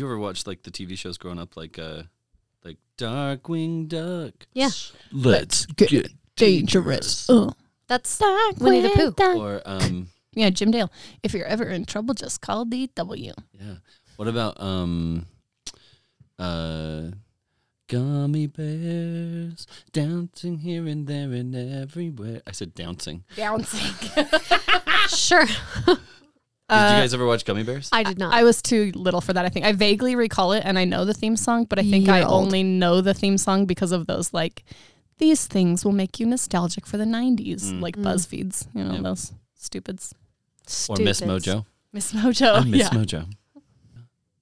watched like the TV shows growing up, like uh, like Darkwing Duck. Yeah. Let's get get dangerous. Oh. That's Winnie the Pooh. Or um, Yeah, Jim Dale. If you're ever in trouble, just call DW. yeah. What about um, uh, gummy bears dancing here and there and everywhere? I said dancing. Bouncing. Sure. Did you guys ever watch Gummy Bears? I did not. I was too little for that. I think I vaguely recall it, and I know the theme song, but I think Year I old. only know the theme song because of those like these things will make you nostalgic for the '90s, Mm. like Mm. Buzzfeeds. You know Yep. those stupids. or Miss Stupids. Mojo? Miss Mojo. I miss Oh, yeah. Mojo.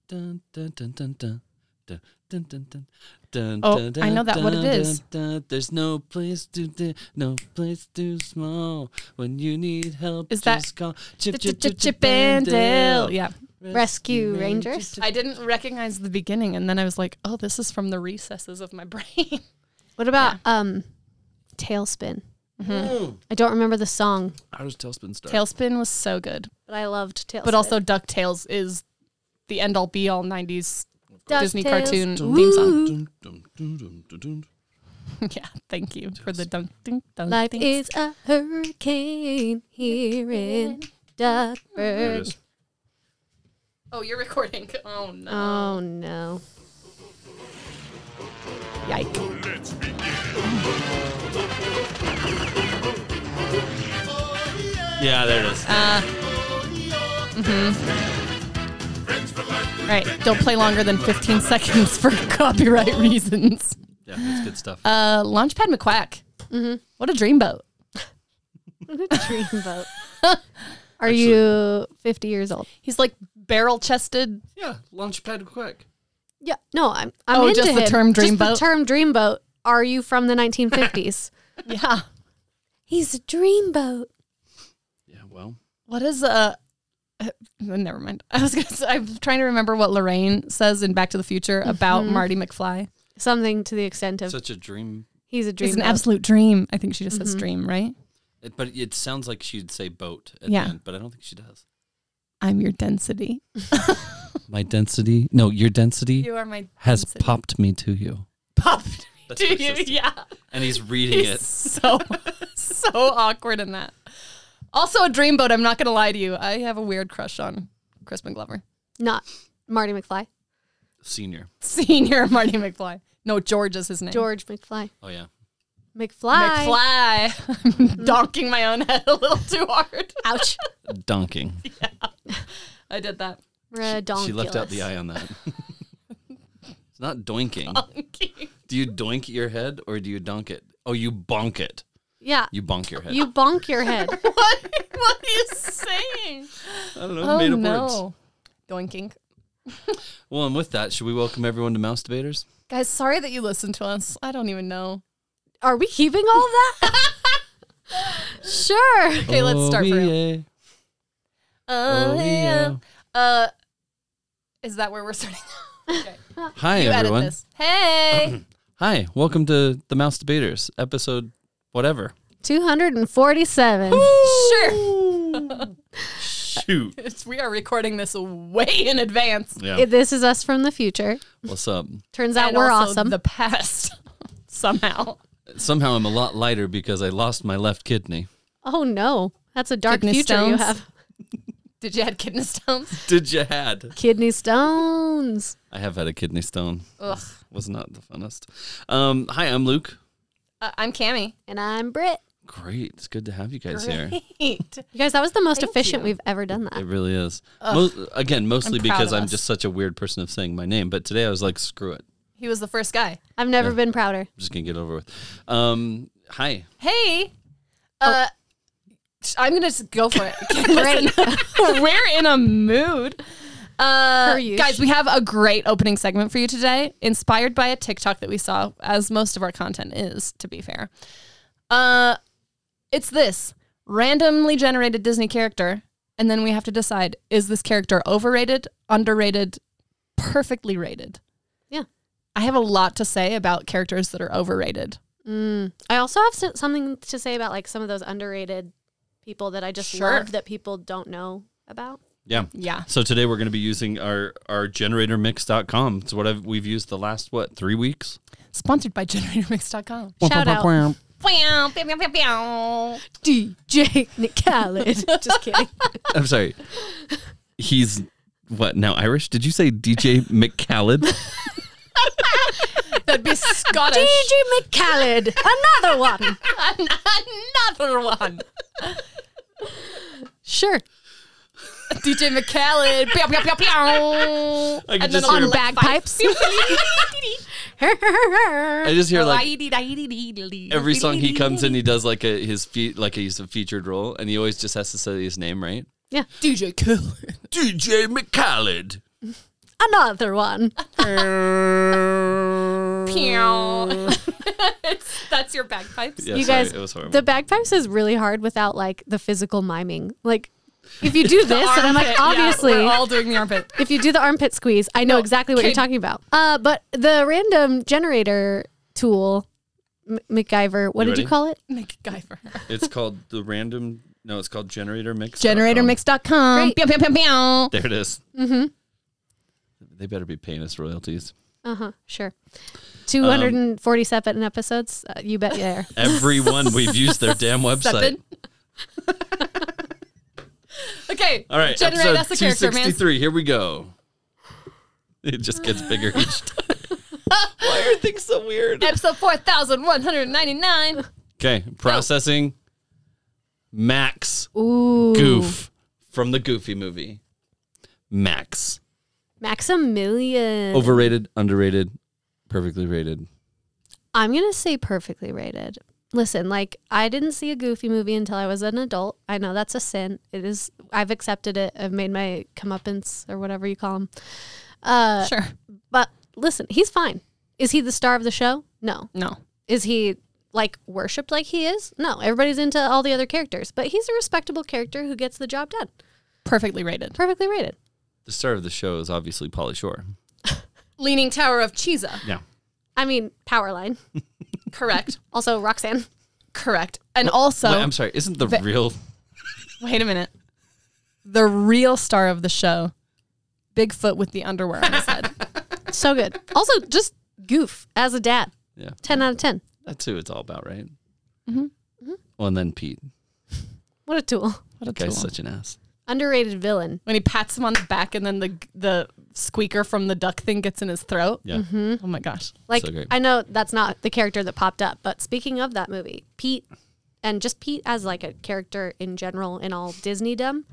Dun, dun, dun, dun, dun. Dun, dun, dun, dun. Dun, Oh, dun, I know dun, that what it dun, is. dun, dun. There's no place too di- no place too small. When you need help, Is that- just call Chip, Chip, chip, chip and Dale. Yeah. Rescue Rangers? I didn't recognize the beginning, and then I was like, "Oh, this is from the recesses of my brain." What about um, Tailspin? Mm-hmm. Mm. I don't remember the song, How does Tailspin start? Tailspin was so good, but I loved Tailspin. but also DuckTales is the end all be all '90s Disney DuckTales. cartoon Dun, theme song. dun, dun, dun, dun, dun, dun. yeah, thank you for the dunk dunk dunk. Life dink. is a hurricane here in There it Duckburg. is. Oh, you're recording. Oh no. Oh no. Yike. Let's begin. Yeah, there it is. Friends for life. Right. Don't play longer than 15 seconds for copyright reasons. yeah, that's good stuff. Uh, Launchpad McQuack. Mm-hmm. What a dreamboat. Dreamboat. Are you 50 years old? He's like barrel chested. yeah, Launchpad Quick. Yeah. No, I'm. I'm Oh, into just the him. term Just the dreamboat? term dreamboat. Are you from the 1950s? Yeah. He's a dreamboat. Yeah, well, What is uh, uh, Never mind. I was gonna. Say, I'm trying to remember what Lorraine says in Back to the Future about Mm-hmm. Marty McFly. Something to the extent of such a dream. he's a It's an dreamboat. absolute dream. Mm-hmm. I think she just says dream, right? It, but it sounds like she'd say boat at Yeah. the end, but I don't think she does. I'm your density. My density, no, your density are my has popped me to you. popped me That's to what it you. says to- Yeah. And he's reading He's it. so so awkward in that. Also a dreamboat, I'm not gonna lie to you. I have a weird crush on Crispin Glover. Not Marty McFly. Senior. Senior Marty McFly. No, George is his name. George McFly. Oh, yeah. McFly. McFly. I'm donking my own head a little too hard. Ouch. Donking. I did that. Redonkulous. She left out the I on that. it's not doinking. Do you doink your head or do you donk it? Oh, you bonk it. Yeah. You bonk your head. You bonk your head. what, what are you saying? I don't know. oh made up no. words. Doinking. Well, and with that, should we welcome everyone to Mouse Debaters? Guys, sorry that you listened to us. I don't even know. Are we keeping all of that? sure. Okay, let's start for real. yeah. Oh, yeah. Uh, is that where we're starting? okay. Hi, You edit everyone. this. Hey. Hi, welcome to the Mouse Debaters, episode whatever. 247. sure. Shoot. It's- we are recording this way in advance. Yeah. This is us from the future. What's up? Turns out And we're also awesome. The past somehow. Somehow I'm a lot lighter because I lost my left kidney. oh no. That's a dark Kidney future you stones. have. Did you had kidney stones? Did you had? Kidney stones. I have had a kidney stone. Ugh. Was not the funnest. Um, hi, I'm Luke. Uh, I'm Cammy. And I'm Brit. Great. It's good to have you guys here. You guys, that was the most Thank efficient you. we've ever done that. It really is. Mo- again, mostly I'm proud because of I'm us. just such a weird person of saying my name, but today I was like, screw it. I'm He was the first guy. I've never been prouder. just going to get over with. Um, hi. Hey. Uh, sh- I'm gonna just go for it. Listen, we're in a mood. Uh, Per usual. guys, we have a great opening segment for you today, inspired by a TikTok that we saw, as most of our content is, to be fair. Uh, it's this randomly generated Disney character, and then we have to decide is this character overrated, underrated, perfectly rated? Yeah. I have a lot to say about characters that are overrated. Mm. I also have so- something to say about like some of those underrated people that I just Sure. love that people don't know about. Yeah. Yeah. So today we're going to be using our our generatormix.com. It's what I've, we've used the last what three weeks. Sponsored by generatormix.com. Shout out Wow, pew, pew, pew, pew. DJ Nick Khaled. Just kidding. I'm sorry. He's what now Irish? Did you say DJ McCallid? That'd be Scottish. DJ McCalled. Another one. Another one. Sure. DJ McCallum. Pew, pew, pew, pew. I could And just then hear on him. bagpipes. I just Oh, hear like every Every song he comes in, he does like a his feet like he's a featured role, and he always just has to say his name right. yeah. DJ Khaled. DJ McCallid. Another one. It's- That's your bagpipes. Yeah, you sorry, guys, it was horrible. the bagpipes is really hard without like the physical miming. Like, if you do this, and I'm Armpit, like, yeah, obviously, we're all doing the armpit. if you do the armpit squeeze, I know exactly what you're okay. talking about. Uh, but the random generator tool, M- MacGyver, what You did ready? you call it? MacGyver. it's called the random. No, it's called Generator Mix. Generatormix.com. Great. Pew, pew, pew, pew. There it is. They better be paying us royalties Uh huh. Sure. 247 episodes. Uh, you bet you there. every one we've used their damn website. Seven. Okay. All right, Generate us episode a character, man. 263. Here we go. It just gets bigger each time. Why are things so weird? Episode 4199. Okay, processing. Max Ooh. Goof from the Goofy movie. Max. Maximilian. Overrated, underrated, perfectly rated. I'm going to say perfectly rated. Listen, like I didn't see a goofy movie until I was an adult. I know that's a sin. It is I've accepted it. I've made my comeuppance or whatever you call them. Uh Sure. but listen, he's fine. Is he the star of the show? No. No. Is he like worshipped like he is? No. Everybody's into all the other characters, but he's a respectable character who gets the job done. Perfectly rated. Perfectly rated. The star of the show is obviously Polly Shore. Leaning Tower of Cheesa. Yeah. I mean, Powerline. Correct. Also Roxanne. Correct. And also, Wait, I'm sorry. Isn't the real wait a minute. The real star of the show, Bigfoot with the underwear on his head. So good. Also just goof as a dad. Yeah. 10 out of 10. That's who it's all about, right? Mm-hmm. Well, and then Pete. Mm-hmm. What a tool. What a tool. Guy's such an ass. Underrated villain. When he pats him on the back and then the the squeaker from the duck thing gets in his throat. Yeah. Mm-hmm. Oh my gosh. Like So great. I know that's not the character that popped up, but speaking of that movie, Pete and just Pete as like a character in general in all Disneydom,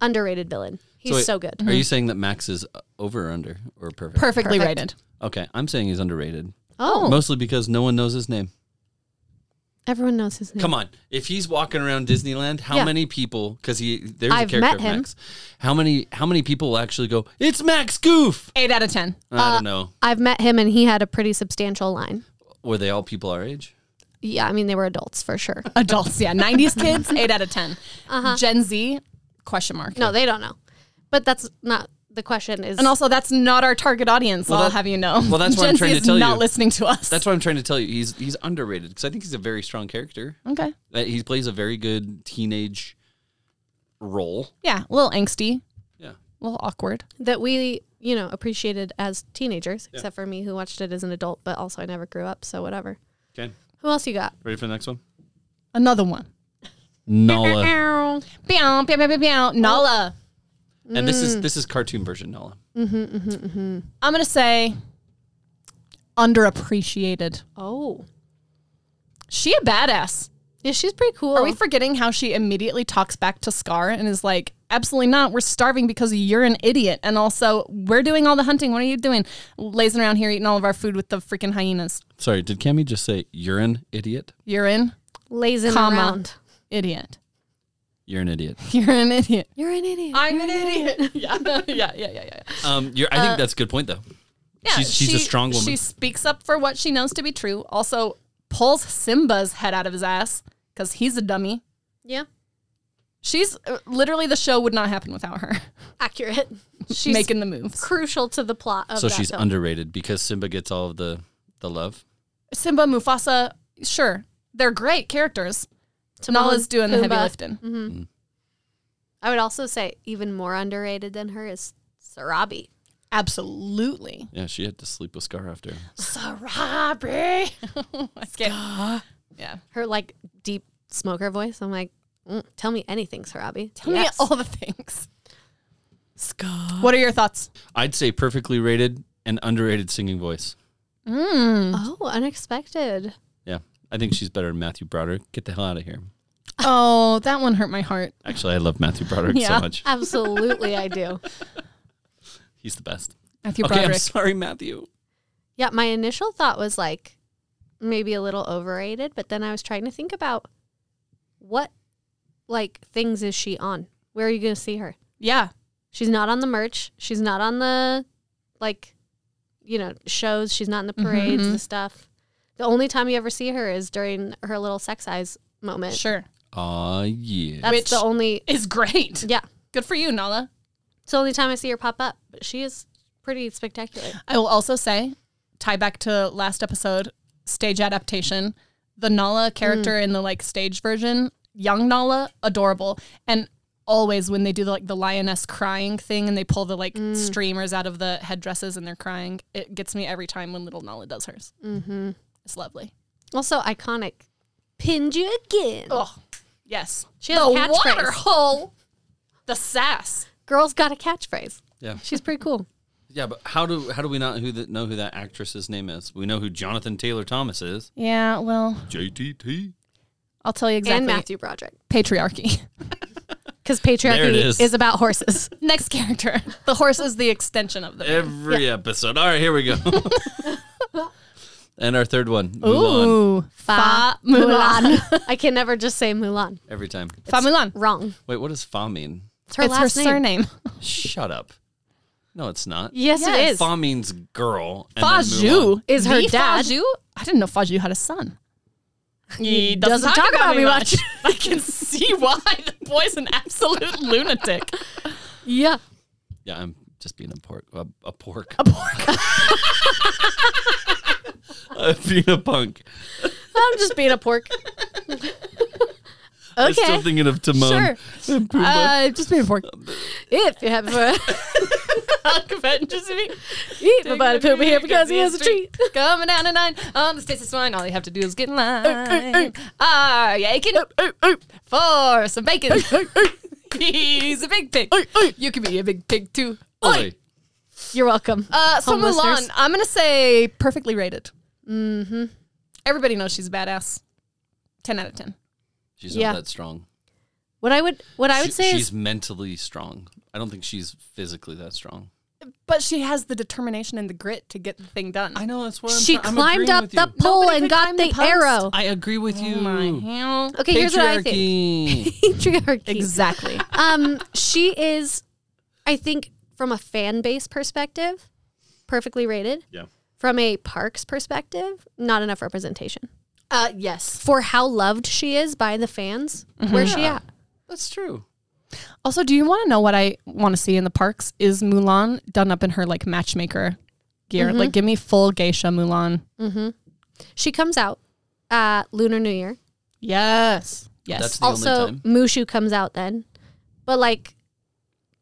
underrated villain. He's so, wait, good. Mm-hmm. Are you saying that Max is uh, over or under or perfect? Perfectly Perfect. rated. Okay, I'm saying he's underrated. Oh, Mostly because no one knows his name. everyone knows his name. Come on. If he's walking around Disneyland, how Yeah. many people cuz he there's I've a character met of him. Max. How many how many people will actually go, "It's Max Goof." Eight out of 10. I Uh, don't know. I've met him and he had a pretty substantial line. Were they all people our age? Yeah, I mean they were adults for sure. Adults, yeah. 90s kids, eight out of 10. Gen Z, question mark. No, they don't know. But that's not the question is And also, that's not our target audience. I'll that- have you know. well, that's what Gen I'm trying Z to is tell you. Not listening to us. That's what I'm trying to tell you. He's he's underrated cuz I think he's a very strong character. okay. That he plays a very good teenage role. Yeah, a little angsty, Yeah. a little awkward. that we, you know, appreciated as teenagers, except for me who watched it as an adult, but also I never grew up, so whatever. Okay. Who else you got? Ready for the next one? Another one. Nala. Ow. Bow, bow, bow, bow, bow. Nala. And this Mm. is this is cartoon version Nala. I'm going to say underappreciated. Oh. She a badass. Yeah, she's pretty cool. Are we forgetting how she immediately talks back to Scar and is like, absolutely not. We're starving because you're an idiot. And also, we're doing all the hunting. What are you doing? Lazing around here eating all of our food with the freaking hyenas. Sorry, did Cammy just say you're an idiot? You're an lazing Comma. around? idiot. You're an idiot. You're an idiot. You're an idiot. I'm an idiot. yeah. yeah, yeah, yeah, yeah. Um, you're, I Uh, think that's a good point though. yeah She's- she's a strong woman. She speaks up for what she knows to be true. Also, pulls Simba's head out of his ass because he's a dummy. yeah, She's uh, literally the show would not happen without her accurate. She's making the moves. crucial to the plot of So that she's film. underrated because Simba gets all of the the love. Simba, Mufasa, sure, they're great characters. Timon, Nala's doing the heavy Pumbaa. lifting. I would also say even more underrated than her is Sarabi. Absolutely. Yeah, she had to sleep with Scar after. Sarabi. I can't. Yeah. Her like deep smoker voice. I'm like, mm, tell me anything, Sarabi. Tell me all the things. Scott. What are your thoughts? I'd say perfectly rated and underrated singing voice. Oh, unexpected. Yeah, I think she's better than Matthew Broderick. Get the hell out of here. Oh, that one hurt my heart. Actually, I love Matthew Broderick Yeah. so much. Absolutely, I do. He's the best. Matthew okay, I'm Broderick. sorry, Matthew. Yeah, my initial thought was like maybe a little overrated, but then I was trying to think about what like things is she on? Where are you going to see her? Yeah. She's not on the merch. She's not on the like, you know, shows. She's not in the parades, Mhm. the stuff. The only time you ever see her is during her little sex eyes moment. Sure. Aw, yeah. That's Which- the only Is great. yeah. Good for you, Nala. It's the only time I see her pop up. But she is pretty spectacular. I will also say, tie back to last episode, stage adaptation. The Nala character in the like stage version, young Nala, adorable. And always when they do the like the lioness crying thing and they pull the like streamers out of the headdresses and they're crying, it gets me every time when little Nala does hers. Mm-hmm. It's lovely. Also iconic. Pinned you again. Oh, yes. She has a catchphrase. hole. The sass. Girls got a catchphrase. Yeah. She's pretty cool. Yeah, but how do how do we not who that know who that actress's name is? We know who Jonathan Taylor Thomas is. Yeah, well, JTT. I'll tell you exactly. And Matthew Broderick. Patriarchy. Because There patriarchy it is. is. about horses. Next character. The horse is the extension of the man. Every episode. All right, here we go. and our third one, Mulan. Ooh. Fa Fa Mulan. I can never just say Mulan. Every time. Fa Mulan. Wrong. Wait, what does Fa mean? It's her last name. surname. Shut up. No, it's not. Yes, Yes. it is. Fa means girl. and Fa then Zhu Mulan. Is her The dad. Fa Zhu? I didn't know Fa Zhu had a son. He doesn't talk about me much. I can see why the boy's an absolute lunatic. Yeah. Yeah, I'm just being a pork. A, a pork. A pork. I'm being a punk. I'm just being a pork. I'm still okay. thinking of Timon. Sure. Uh, just be a pork. if you have a just be. eat my body poop here because he has a treat. Coming down at nine on the taste of swine. All you have to do is get in line. Are you aching uh. for some bacon? uh. He's a big pig. You can be a big pig too. Oi. You're welcome. Uh, so Home Mulan, listeners. I'm gonna say perfectly rated. Mm-hmm. Everybody knows she's a badass. Ten out of ten. She's Yeah. not that strong. What I would what I She- would say she's is mentally strong. I don't think she's physically that strong. But she has the determination and the grit to get the thing done. I know that's what she I'm, try- I'm climbed agreeing up with the you. pole Nobody could and got climb the the post. arrow. I agree with you. hell. Okay, here's what I think. Patriarchy. Patriarchy. Exactly. um, she is, I think, from a fan base perspective, perfectly rated. Yeah. From a parks perspective, not enough representation uh, yes. for how loved she is by the fans. Where's she at? that's true. Also, do you want to know what I want to see in the parks? Is Mulan done up in her like matchmaker gear? Like, give me full geisha Mulan. She comes out at Lunar New Year. Yes. Yes. That's the only Also, time. Mushu comes out then, but like,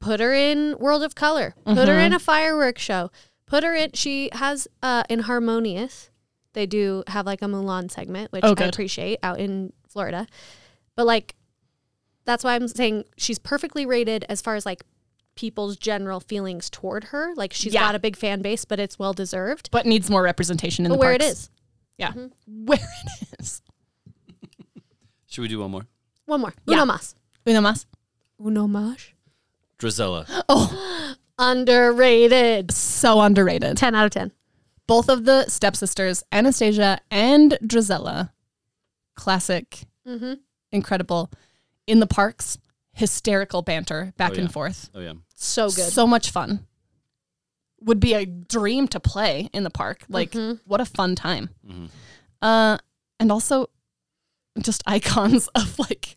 put her in World of Color. Put Mm-hmm. her in a fireworks show. Put her in. She has uh, in Harmonious. They do have like a Mulan segment, which Oh, I good. appreciate out in Florida. But like, that's why I'm saying she's perfectly rated as far as like people's general feelings toward her. Like she's Yeah. got a big fan base, but it's well deserved. but needs more representation in But the where it parks. is, Yeah. Where it is. Should we do one more? one more. Yeah. Uno mas. Uno mas. Uno mas. Drizella. Underrated. So underrated. Ten out of ten. both of the stepsisters, Anastasia and Drizella, classic, Mm-hmm. incredible, in the parks, hysterical banter back Oh, and yeah. forth. Oh yeah. So good. So much fun. Would be a dream to play in the park. Like, Mm-hmm. what a fun time. Mm-hmm. Uh, and also, just icons of like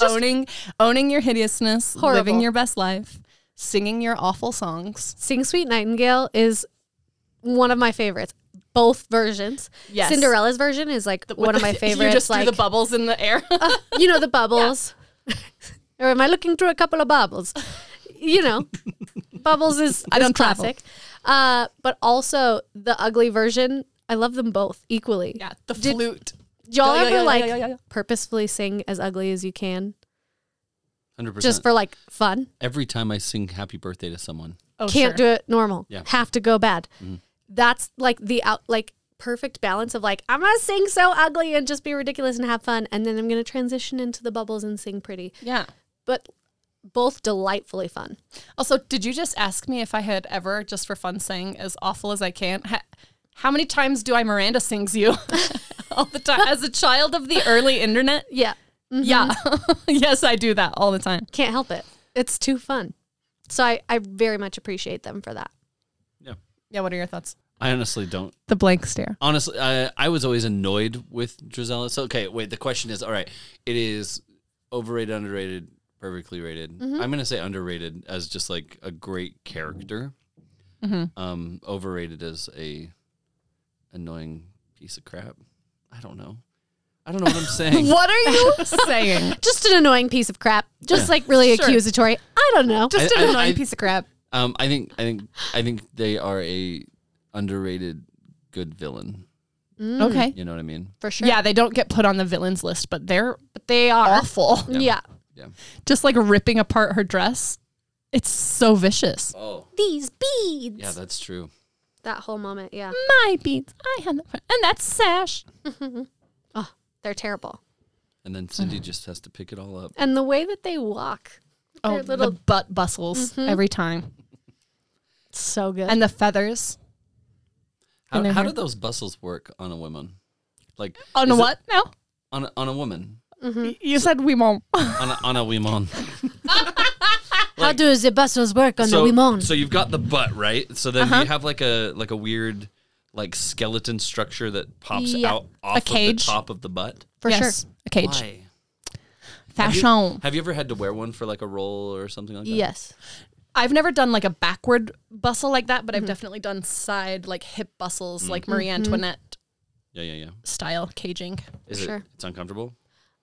owning owning your hideousness, living Horrible. your best life, singing your awful songs. Sing Sweet Nightingale is one of my favorites. Both versions. Yes. Cinderella's version is like one of my favorites. You just like threw the bubbles in the air. you know the bubbles. or am I looking through a couple of bubbles? You know, bubbles is I is don't travel. classic. Uh, but also the ugly version. I love them both equally. Yeah, the Did- flute. Did y'all Yeah, yeah, ever yeah, yeah, like yeah, yeah, yeah. purposefully sing as ugly as you can Hundred just percent. for like fun? Every time I sing "Happy Birthday" to someone, Oh, can't do it normal. Yeah. Have to go bad. That's like the out like perfect balance of like I'm gonna sing so ugly and just be ridiculous and have fun, and then I'm gonna transition into the bubbles and sing pretty. Yeah. But both delightfully fun. Also, did you just ask me if I had ever, just for fun, sang as awful as I can? Ha- how many times do I Miranda sings you? all the time. As a child of the early internet? Yeah, Yeah. yes, I do that all the time. can't help it. It's too fun. So I, I very much appreciate them for that. yeah. Yeah, what are your thoughts? I honestly don't. The blank stare. Honestly, I I was always annoyed with Drizella. So okay, wait. The question is, all right, it is overrated, underrated, perfectly rated. Mm-hmm. I'm gonna say underrated as just like a great character. Mm-hmm. Um, overrated as a annoying piece of crap. I don't know. I don't know what I'm saying. What are you saying? Just an annoying piece of crap. Just like really Sure. accusatory. I don't know. Just I- an I- annoying I- piece of crap. Um, I think I think I think they are a underrated good villain. Okay. You know what I mean? for sure. Yeah, they don't get put on the villains list, but they're but they are awful. Yeah. Just like ripping apart her dress. It's so vicious. Oh, These beads. yeah, that's true. That whole moment. Yeah. My beads, I had that, and that's sash. They're terrible. And then Mm. Cindy just has to pick it all up. And the way that they walk. Oh, Their little- the butt bustles every time, So good. and the feathers How, And their how hair. do those bustles work on a woman? Like on is it- what? No, on a, on a woman you said we won't. on a, on a woman. How do the bustles work on so, the Wimon? so you've got the butt right. So then Uh-huh. you have like a like a weird like skeleton structure that pops Yeah. out off cage. of the top of the butt. for yes, a cage Why? Have you- fashion. Have you ever had to wear one for like a role or something like that? Yes. I've never done like a backward bustle like that, but I've definitely done side like hip bustles, like Marie Antoinette Yeah, yeah, yeah. style caging. Is it? Sure. It's uncomfortable.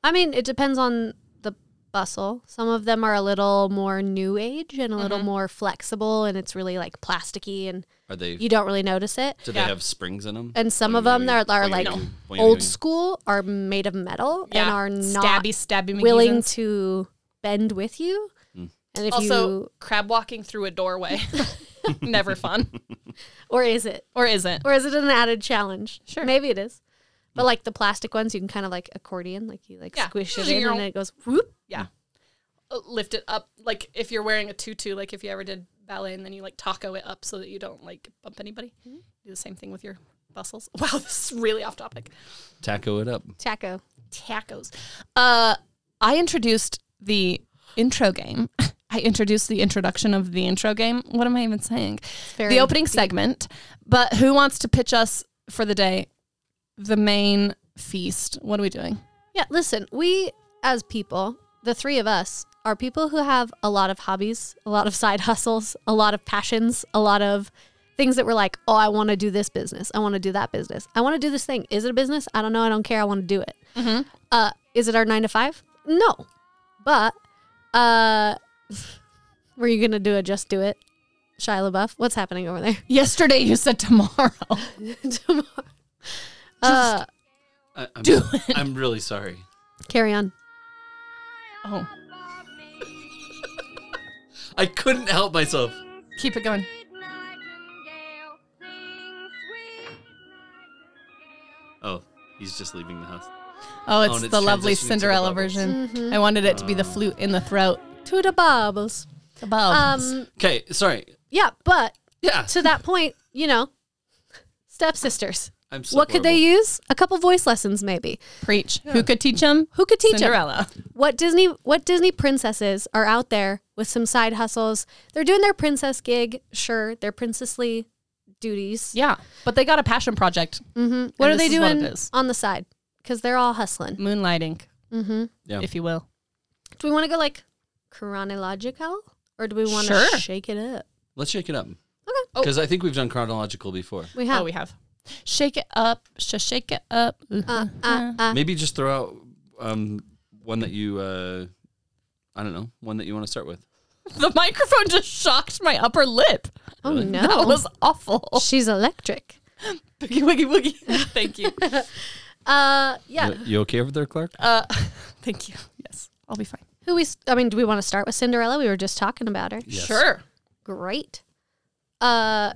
I mean, it depends on the bustle. Some of them are a little more new age and a little Mm-hmm. more flexible, and it's really like plasticky, and Are they? you don't really notice it. do yeah. they have springs in them? And some of them that are, are like old school are made of metal and are not stabby, stabby, willing McGeevens. to bend with you. Hmm. And if also you, crab walking through a doorway. Never fun, or is it, or is it? or is it an added challenge? Sure, maybe it is. But Hmm. like the plastic ones, you can kind of like accordion, like you like Yeah. squish it in and it goes whoop. Yeah, Uh, lift it up like if you're wearing a tutu, like if you ever did ballet, and then you like taco it up so that you don't like bump anybody. Do the same thing with your bustles. Wow, this is really off topic. Taco it up. Taco. tacos. Uh, I introduced the intro game. I introduced the introduction of the intro game. What am I even saying? very the opening segment. But who wants to pitch us for the day? The main feast. What are we doing? Yeah, listen, we as people, the three of us, are people who have a lot of hobbies, a lot of side hustles, a lot of passions, a lot of things that we're like, oh, I want to do this business. I want to do that business. I want to do this thing. Is it a business? I don't know. I don't care. I want to do it. Uh, is it our nine to five? No. But uh, were you going to do a just do it? Shia LaBeouf? What's happening over there? Yesterday you said tomorrow. Uh, I, I'm, I'm really sorry. carry on. oh, I couldn't help myself. keep it going. Oh, he's just leaving the house. Oh, it's, and it's the lovely transitioning to the Ah. Cinderella bubbles. version. Mm-hmm. I wanted it to be the flute in the throat. To the bubbles. The bubbles. Um, Okay, sorry. yeah, but Yeah, to that point, you know, stepsisters. I'm so What could they horrible. use? A couple voice lessons, maybe. Preach. Who could teach him? Who could teach them? Cinderella. What Disney? What Disney princesses are out there with some side hustles? They're doing their princess gig, sure. Their princessly duties. Yeah, but they got a passion project. hmm What are this they is what it doing is. on the side? Because they're all hustling. Mm-hmm. Moonlighting, Yeah. if you will. Do we want to go like chronological, or do we want to Sure. shake it up? Let's shake it up. Okay. Because I think we've done chronological before. We have. Oh, we have. Shake it up, sh- shake it up. uh, uh, uh. Maybe just throw out um, one that you uh, I don't know, one that you want to start with. The microphone just shocked my upper lip. Oh Really? no, That was awful. she's electric. Boogie woogie woogie. Thank you. Uh, yeah. You, you okay over there, Clark? Uh, thank you. Yes, I'll be fine. Who we? s- I mean, do we want to start with Cinderella? We were just talking about her. Yes. Sure. Great. Uh,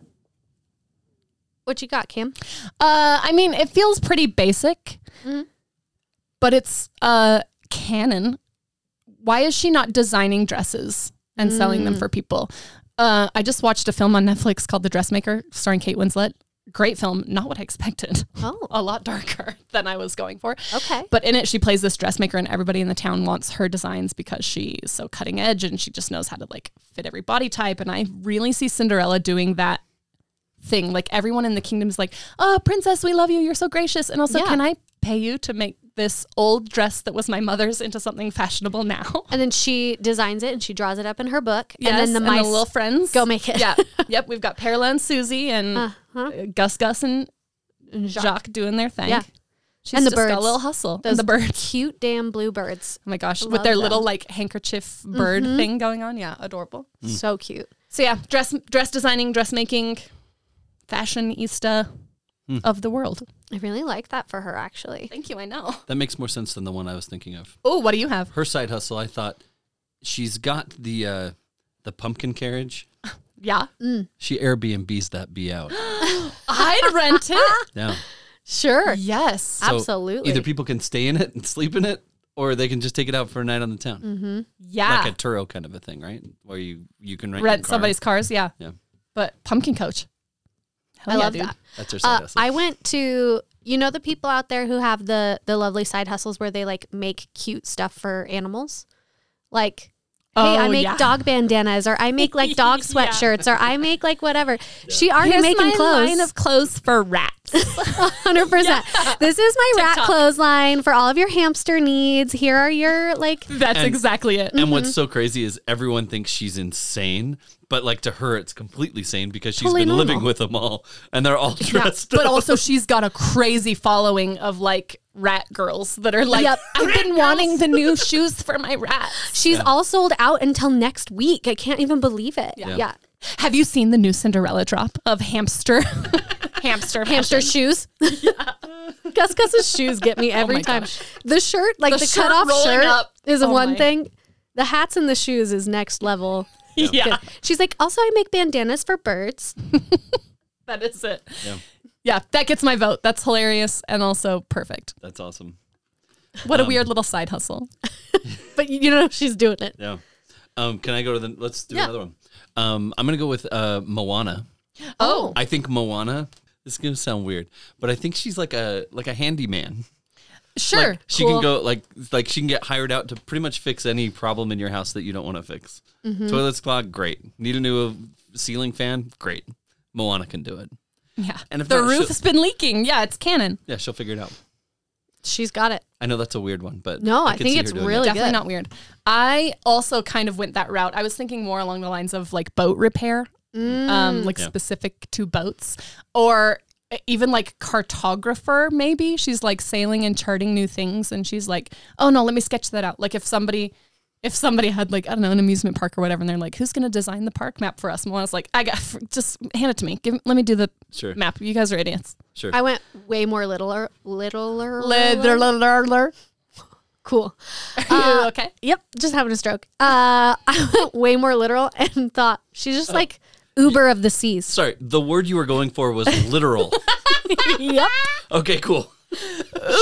what you got, Kim? Uh, I mean, it feels pretty basic, Mhm. but it's uh, canon. Why is she not designing dresses and selling them for people? Uh, I just watched a film on Netflix called The Dressmaker, starring Kate Winslet. Great film. Not what I expected. Oh, a lot darker than I was going for. okay. But in it, she plays this dressmaker, and everybody in the town wants her designs because she's so cutting edge and she just knows how to like fit every body type. And I really see Cinderella doing that thing. Like everyone in the kingdom is like, "Oh, princess, we love you. You're so gracious." And also, Yeah. can I pay you to make this old dress that was my mother's into something fashionable now? and then she designs it and she draws it up in her book. Yes, and then the mice little friends go make it. Uh-huh. yeah, yep. We've got Perla and Susie and uh, Gus, Gus and Jacques. doing their thing. Yeah. She's And the just got birds. a little hustle. Those and the birds. Cute damn bluebirds. Oh my gosh, Love with their little them. like handkerchief bird thing going on. Yeah, adorable. So cute. So yeah, dress dress designing, dressmaking, fashionista Hmm. of the world. I really like that for her, actually. Thank you, I know. That makes more sense than the one I was thinking of. Oh, what do you have? Her side hustle, I thought she's got the uh, the pumpkin carriage. Yeah. She Airbnbs that bee out. I'd rent it. Yeah. Sure. yes. So Absolutely. Either people can stay in it and sleep in it, or they can just take it out for a night on the town, Yeah. like a Turo kind of a thing, right? Where you you can rent, your rent car. somebody's cars, yeah. Yeah. But pumpkin coach. Hell I yeah, love dude. that. That's her side Uh, hustle. I went to you know the people out there who have the the lovely side hustles where they like make cute stuff for animals, like. Hey, I Oh, make yeah. dog bandanas, or I make like dog Yeah. sweatshirts, or I make like whatever. She already Here's making my clothes. line of clothes for rats. Hundred percent. This is my rat TikTok. clothesline for all of your hamster needs. Here are your like. That's And- exactly it. and what's so crazy is everyone thinks she's insane, but like to her, it's completely sane because she's Totally been normal. living with them all, and they're all Yeah, dressed but up. also she's got a crazy following of like rat girls that are like, Yep. I've been wanting the new shoes for my rats. She's all sold out until next week. I can't even believe it. Yeah, Have you seen the new Cinderella drop of hamster? hamster, hamster fashion? shoes. Gus Gus's shoes get me every my time. gosh. The shirt, like the, The shirt cutoff rolling shirt, up. is Oh one my. thing. The hats and the shoes is next level. Yeah. Good. She's like, also I make bandanas for birds. that is it. Yeah. Yeah, that gets my vote. That's hilarious and also perfect. That's awesome. What a Um, weird little side hustle. But you know she's doing it. Yeah. Um, can I go to the? Let's do Yeah. another one. Um, I'm gonna go with uh, Moana. Oh. I think Moana. This is gonna sound weird, but I think she's like a like a handyman. Sure. Like, she can go like like she can get hired out to pretty much fix any problem in your house that you don't want to fix. Mm-hmm. Toilets clogged, great. Need a new uh, ceiling fan, great. Moana can do it. Yeah. And if the not, she'll- roof's been leaking. Yeah, it's canon. Yeah, she'll figure it out. She's got it. I know that's a weird one, but No, I could think see it's her doing really- it. Definitely good. not weird. I also kind of went that route. I was thinking more along the lines of like boat repair, um, like Mm. Yeah. specific to boats, or e, even like cartographer. Maybe she's like sailing and charting new things, and she's like, "Oh no, let me sketch that out." Like if somebody. If somebody had like I don't know an amusement park or whatever, and they're like, "Who's going to design the park map for us?" Moana's like, "I got just hand it to me. Give let me do the Sure. map. You guys are idiots." Sure. I went way more littler, littler, Leather, cool. Uh, You okay? Yep, just having a stroke. Uh, I went way more literal and thought she's Oh. just like Uber of the seas. Sorry, the word you were going for was literal. yep, okay, cool.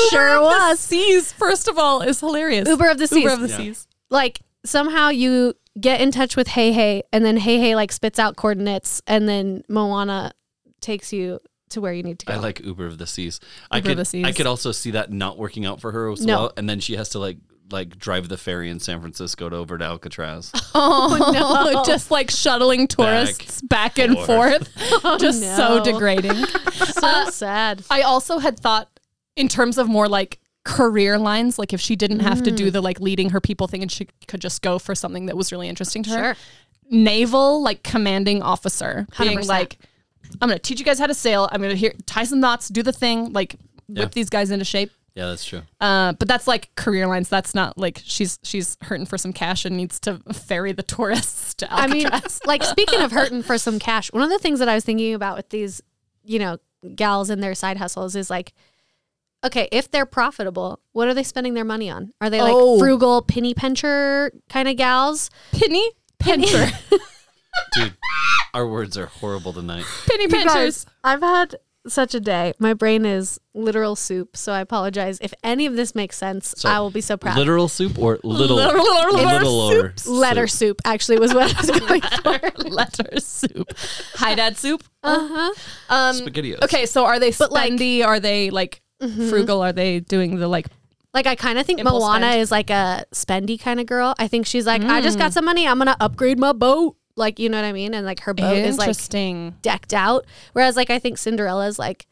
sure was. Seas first of all is hilarious. Uber of the seas. Uber of the Yeah. seas. like somehow you get in touch with Hey Hey, and then Hey Hey like spits out coordinates, and then Moana takes you to where you need to go. I like Uber of the Seas. I Uber could of the Seas. I could also see that not working out for her as No. well, and then she has to like like drive the ferry in San Francisco to over to Alcatraz. Oh, just like shuttling tourists back, and forth. forth. just no. so degrading. so sad. I also had thought in terms of more like career lines, like if she didn't have to do the like leading her people thing and she could just go for something that was really interesting to Sure. her. Naval like commanding officer being 100%. like, I'm gonna teach you guys how to sail. I'm gonna here tie some knots, do the thing, like Yeah. whip these guys into shape. Yeah, that's true. Uh, but that's like career lines. That's not like she's she's hurting for some cash and needs to ferry the tourists to I Alcatraz. mean, like speaking of hurting for some cash, one of the things that I was thinking about with these, you know, gals and their side hustles is like, okay, if they're profitable, what are they spending their money on? Are they like Oh. frugal penny pincher kind of gals? Penny Pincher. Dude, our words are horrible tonight. Penny You Pinchers. guys, I've had such a day. My brain is literal soup, so I apologize if any of this makes sense. So, I will be so proud. Literal soup or little Literal- littler soup? Letter soup actually was what I was going for. Letter soup. Hi dad soup. Uh-huh. Um Spaghettios. Okay, so are they But, like- Mm-hmm. spendy? are they like frugal? Are they doing the like Like I kind of think Impulse Moana spend. Mm. is like a spendy kind of girl. I think she's like, I just got some money. I'm gonna upgrade my boat. Like you know what I mean? And like her boat is like interesting? decked out. Whereas like I think Cinderella's like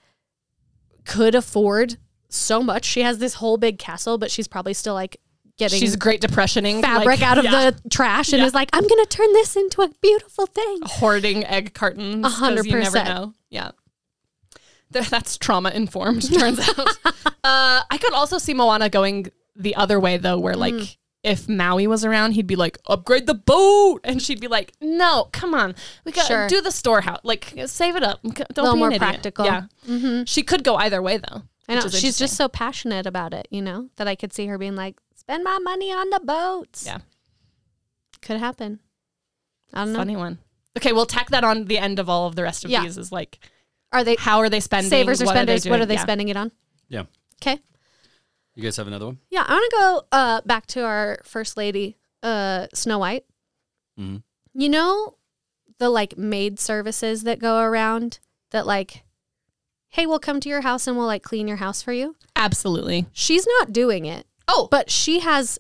could afford so much. She has this whole big castle, but she's probably still like getting She's great depressioning fabric like, out of yeah, the trash and Yeah. Oh, is like, I'm gonna turn this into a beautiful thing. hoarding egg cartons. 'cause hundred You never percent. know. Yeah. Th- That's trauma informed, turns out. Uh, I could also see Moana going the other way though, where like Mm. if Maui was around, he'd be like, upgrade the boat. And she'd be like, no, come on. We got to Sure. do the storehouse. Like, save it up. C- Don't little be more an idiot. practical. Mm-hmm. Yeah. She could go either way though. I which know is she's interesting. just so passionate about it, you know, that I could see her being like, spend my money on the boats. Yeah. Could happen. I don't know. funny one. Okay, we'll tack that on the end of all of the rest of Yeah. these is like Are they how are they spending? savers or What spenders? what doing? are they Yeah. spending it on? Yeah. Okay. You guys have another one? Yeah, I want to go uh, back to our first lady, uh, Snow White. Mhm. You know, the like maid services that go around that like, hey, we'll come to your house and we'll like clean your house for you. Absolutely. She's not doing it. Oh. but she has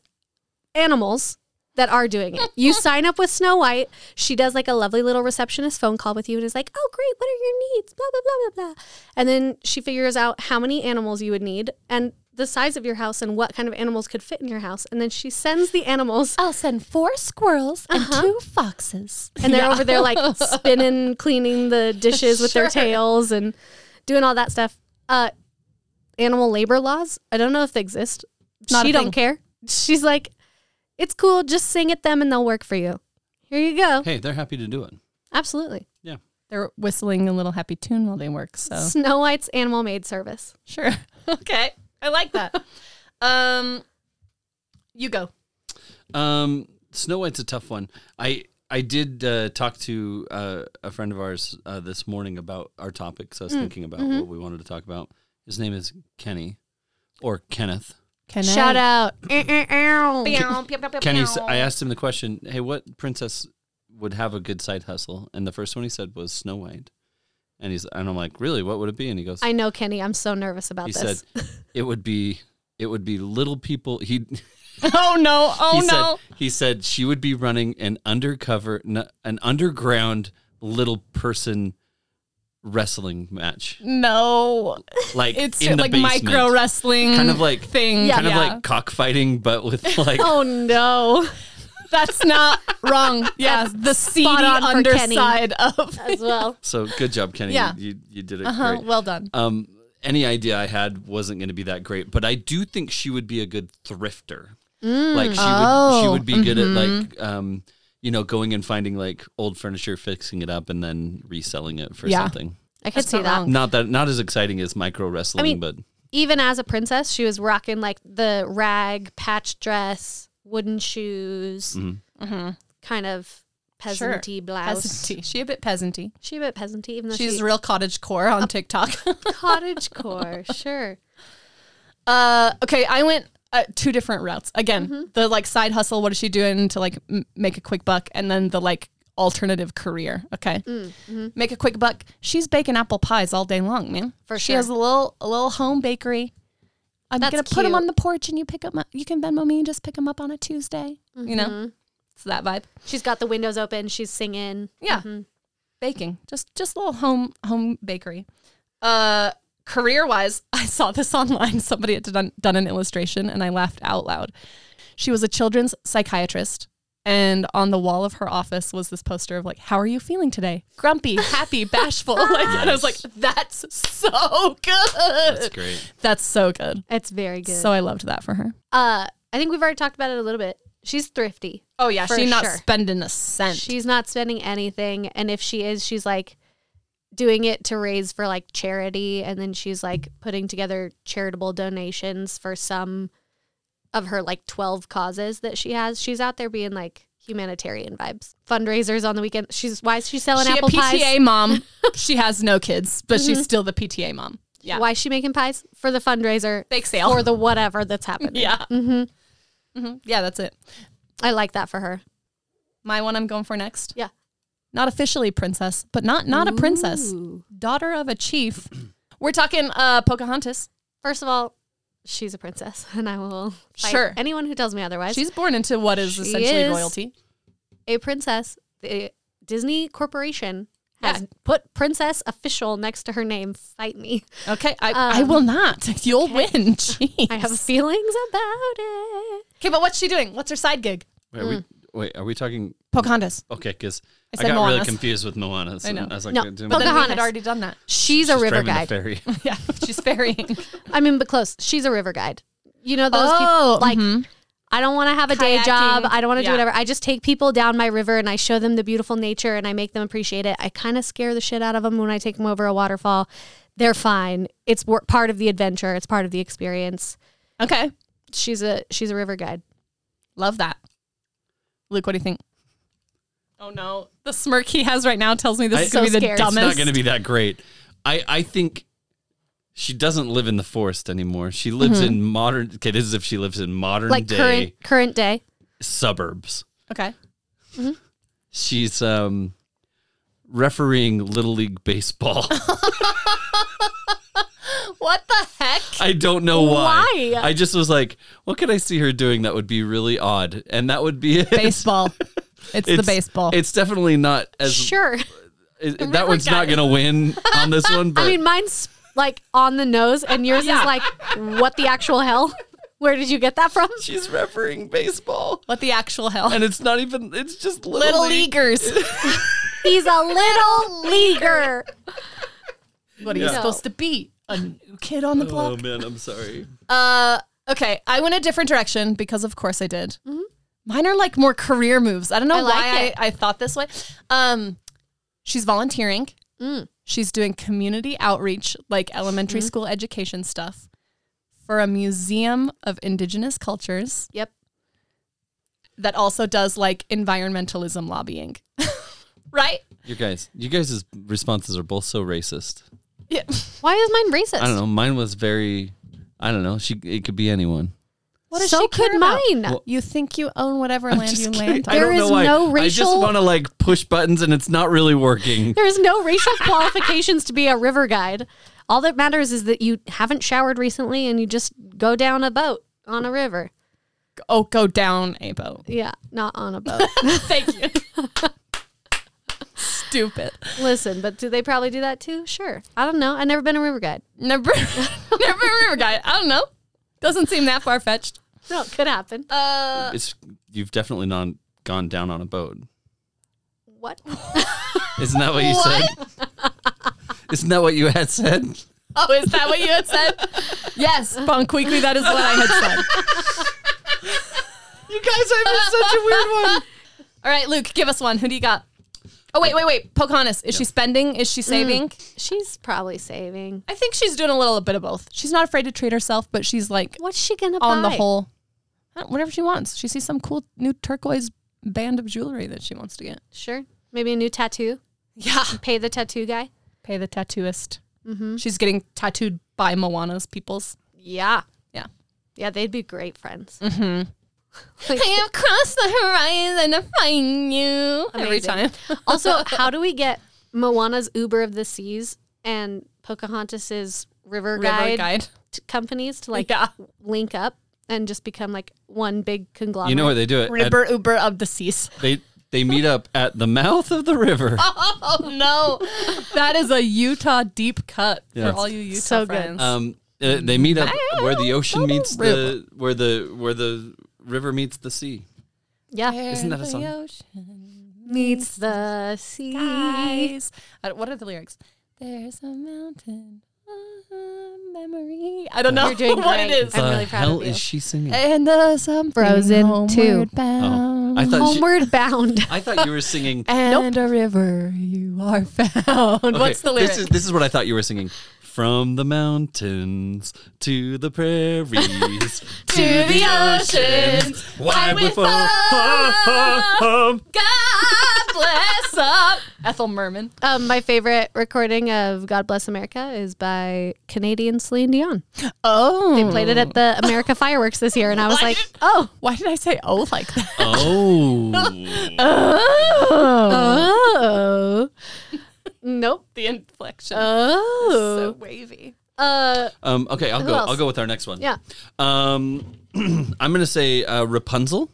animals that are doing it. You sign up with Snow White. She does like a lovely little receptionist phone call with you and is like, "Oh, great. What are your needs?" blah blah blah blah blah. And then she figures out how many animals you would need and the size of your house and what kind of animals could fit in your house. And then she sends the animals I'll send four squirrels and two foxes. and they're over there like spinning, cleaning the dishes with their Sure. tails and doing all that stuff. Uh, animal labor laws. I don't know if they exist. Not a she thing. don't care. She's like, it's cool. Just sing at them and they'll work for you. Here you go. Hey, they're happy to do it. Absolutely. Yeah. They're whistling a little happy tune while they work. So Snow White's animal maid service. sure. Okay. I like that. um you go. Um, Snow White's a tough one. I I did uh, talk to uh, a friend of ours uh, this morning about our topics. I was thinking about what we wanted to talk about. His name is Kenny, or Kenneth. Can Shout out. Kenny, s- I asked him the question, "Hey, what princess would have a good side hustle?" And the first one he said was Snow White, and he's and I'm like, "Really? What would it be?" And he goes, I know, Kenny. I'm so nervous about "He this. said it would be it would be little people." He Oh no. Oh he no. said he said she would be running an undercover n- an underground little person wrestling match no. like It's in the like basement. micro wrestling Kind of like- thing. kind of like cockfighting but with like oh, no. That's not wrong. Yeah, the seedy on for Kenny. Uh-huh. underside of. As well. so good job Kenny Yeah. you, you you did it Uh-huh, great well done. um any idea I had wasn't going to be that great but I do think she would be a good thrifter like she would she Mm. Oh, would be good at like um you know going and finding like old furniture fixing it up and then reselling it for Yeah. something I could That's see not that. wrong. not that not as exciting as micro wrestling, mean- but even as a princess, she was rocking like the rag patch dress, wooden shoes, Mm-hmm. kind of peasanty blouse. Peasanty. She a bit peasanty. She a bit peasanty, even though She's she's real cottage core on TikTok. cottage core. Sure, uh, okay, I went uh, two different routes. Again, Mm-hmm. the like side hustle. What is she doing to like m- make a quick buck? And then the like alternative career. Okay, Mm, mm-hmm. make a quick buck. She's baking apple pies all day long, man. For she sure. has a little a little home bakery. I'm That's gonna put them cute. on the porch, and you pick them up. You can Venmo me and just pick them up on a Tuesday. You Mm-hmm. know, it's that vibe. she's got the windows open. She's singing. Yeah. Baking. Just just a little home home bakery. Uh career wise, I saw this online. Somebody had done done an illustration and I laughed out loud. She was a children's psychiatrist And on the wall of her office was this poster of like, "How are you feeling today? Grumpy, happy, bashful." Like, and I was like, "That's so good. That's great. That's so good." It's very good. So I loved that for her. uh, I think we've already talked about it a little bit. She's thrifty. Oh yeah, For she's not sure. spending a cent. She's not spending anything, and if she is, she's like doing it to raise for like charity, and then she's like putting together charitable donations for some of her like twelve causes that she has. She's out there being like humanitarian vibes, fundraisers on the weekend. She's why is she selling she a apple PTA pies? Mm-hmm. mom. she has no kids, but she's still the PTA mom. Yeah, Why is she making pies for the fundraiser bake sale. or the Mm-hmm. whatever that's happening? yeah, Mhm. yeah, that's it. I like that for her. My one I'm going for next. Yeah. Not officially princess, but not not a princess. Ooh. Daughter of a chief. We're talking uh Pocahontas. First of all, she's a princess, and I will fight Sure. anyone who tells me otherwise. She's born into what is She essentially is. royalty. a princess. The Disney Corporation has Yeah. put princess official next to her name. Fight me. Okay, I, I Um, will not. You'll win. Jeez. I have feelings about it. Okay, but what's she doing? What's her side gig? Wait, are we, wait, are we talking? Pocahontas. Okay, because mm. I I, said got Moana's. really confused with Moana. So I know. I was like, No, "Did we- But then Then we Pocahontas. had already done that. She's, a She's river driving the guide. ferry. Yeah, she's ferrying. I mean, but close. She's a river guide. You know those Oh, people like. I don't want to have a day job. Kayaking. I don't want to Yeah. do whatever. I just take people down my river and I show them the beautiful nature and I make them appreciate it. I kind of scare the shit out of them when I take them over a waterfall. They're fine. It's wor- part of the adventure. It's part of the experience. Okay, She's a she's a river guide. love that. Luke, what do you think? Oh no, the smirk he has right now tells me this I- is gonna So be the scared. It's not it's not dumbest. going to be that great. I, I think she doesn't live in the forest anymore. She lives Mm-hmm. in modern. Okay, this is if she lives in modern Like day current current day. suburbs. okay, She's um refereeing little league baseball. what the heck? I don't know why. Why? I just was like, what could I see her doing that would be really odd? And that would be it. baseball. It's, the It's- baseball. It's definitely not as Sure. it- River that one's not Guide. going to win on this one. But I mean, mine's like on the nose, and yours is like, what the actual hell? Where did you get that from? she's refereeing baseball, what the actual hell? and it's not even. It's just little, Little league. leaguers. He's a little leaguer. what are you Yeah. supposed to be? A new kid on the block? Oh man, I'm sorry. Uh, okay, I went a different direction because, of course, I did. Mine are like more career moves. I don't know I like why it. I, I thought this way. Um, she's volunteering. She's doing community outreach, like elementary school education stuff, for a museum of indigenous cultures Yep. that also does like environmentalism lobbying. right? You guys, you guys' responses are both so racist. Yeah. Why is mine racist? I don't know. Mine was very. I don't know. She. It could be anyone. What does so she care could about? mine. Well, You think you own whatever I'm land just you kidding. land I on. There don't know is why. no I just racial- want to like push buttons, and it's not really working. There's no racial qualifications to be a river guide. All that matters is that you haven't showered recently and you just go down a boat on a river. Oh, go down a boat. Yeah, not on a boat. Thank you. Stupid. Listen, but do they probably do that too? Sure. I don't know. I've never been a river guide. Never, never river guy. I don't know. Doesn't seem that far fetched. No, it could happen. Uh, It's you've definitely not gone down on a boat. What? Isn't that what you said? Isn't that what you had said? oh, is that what you had said? yes, Bonk Weekly. That is what I had said. You guys, I missed such a weird one. All right, Luke, give us one. Who do you got? Oh wait, wait, wait. Pocahontas. Is she spending? Is she saving? Mm. She's probably saving. I think she's doing a little bit of both. She's not afraid to treat herself, but she's like What's she gonna buy? on the whole, I don't- whatever she wants. She sees some cool new turquoise band of jewelry that she wants to get. Sure. Maybe a new tattoo. Yeah. Mm-hmm. Pay the tattoo guy. Pay the tattooist. She's getting tattooed by Moana's peoples. Yeah. Yeah. Yeah, they'd be great friends. I have crossed the horizon to find you. Every Amazing. time. also, how do we get Moana's Uber of the Seas and Pocahontas's River, Guide, t- companies to like Yeah. link up and just become like one big conglomerate? You know where they do it? At- River Uber of the Seas. they they meet up at the mouth of the river. Oh, no. that is a Utah deep cut Yeah. for all you Utah So good. friends. Um, uh, they meet up where the ocean meets River. the where the where the river meets the sea. Yeah. Uh, Isn't that a song? Meets the sea. Guys, I don't- Uh, what are the lyrics? There's a mountain of memory. I don't know You're doing what it great. is. I'm really proud of hell you. is she singing? And the something Frozen homeward too. bound. Oh. um, I thought she- Homeward bound. I thought you were singing. and a river you are found. What's the lyric? This is, this is what I thought you were singing. From the mountains to the prairies to why we fall? God bless up. Ethel Merman. Um, my favorite recording of God Bless America is by Canadian Celine Dion. Oh. They played it at the America Fireworks this year, and I was like, oh. Why did I say oh like that? Oh, Oh. oh, nope, the inflection. so oh. wavy. Uh, um, okay. I'll go. else? I'll go with our next one. yeah, Um, I'm gonna say uh, Rapunzel.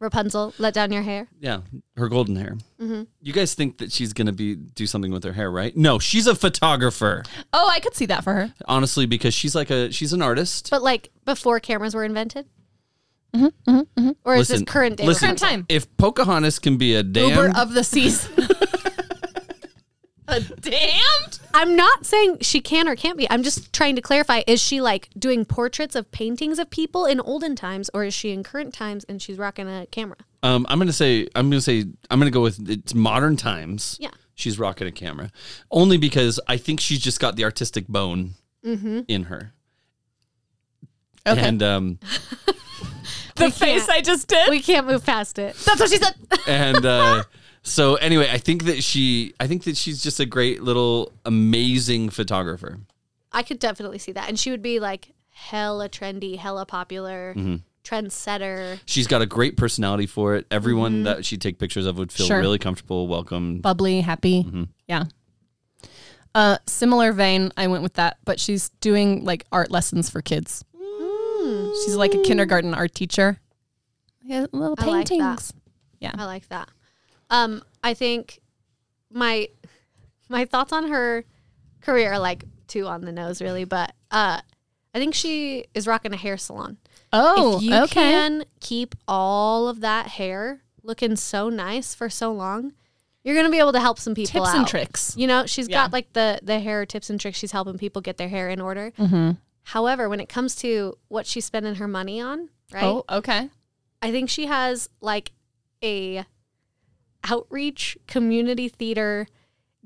Rapunzel, let down your hair. Yeah, her golden hair. Mm-hmm. You guys think that she's gonna be do something with her hair, right? No, she's a photographer. Oh, I could see that for her. Honestly, because she's like a she's an artist. But like before cameras were invented, or is Listen, this current day? listen. Current time. If Pocahontas can be a damn Uber of the seas. A damned? I'm not saying she can or can't be. I'm just trying to clarify: is she like doing portraits of paintings of people in olden times, or is she in current times and she's rocking a camera? Um, I'm gonna say I'm gonna say I'm gonna go with it's modern times. Yeah. she's rocking a camera, only because I think she's just got the artistic bone in her. Mm-hmm. Okay. And um the face face I just did. We can't move past it. that's what she said. and uh, so anyway, I think that she I think that she's just a great little amazing photographer. I could definitely see that, and she would be like hella trendy, hella popular, Mm-hmm. trendsetter. She's got a great personality for it. Everyone that she'd take pictures of would feel Mm-hmm. Sure. really comfortable, welcome. Bubbly, happy. Yeah. Uh, similar vein, I went with that, but she's doing like art lessons for kids. She's like a kindergarten art teacher. Hmm. Yeah, little I like that. paintings. I like that. Um, I think my my thoughts on her career are like two on the nose, really. But uh, I think she is rocking a hair salon. Oh, if you okay. can keep all of that hair looking so nice for so long, you're gonna be able to help some people. Tips and out. tricks. You know, she's Yeah. got like the the hair tips and tricks. She's helping people get their hair in order. Mm-hmm. However, when it comes to what she's spending her money on, right? Oh, okay. I think she has like a outreach community theater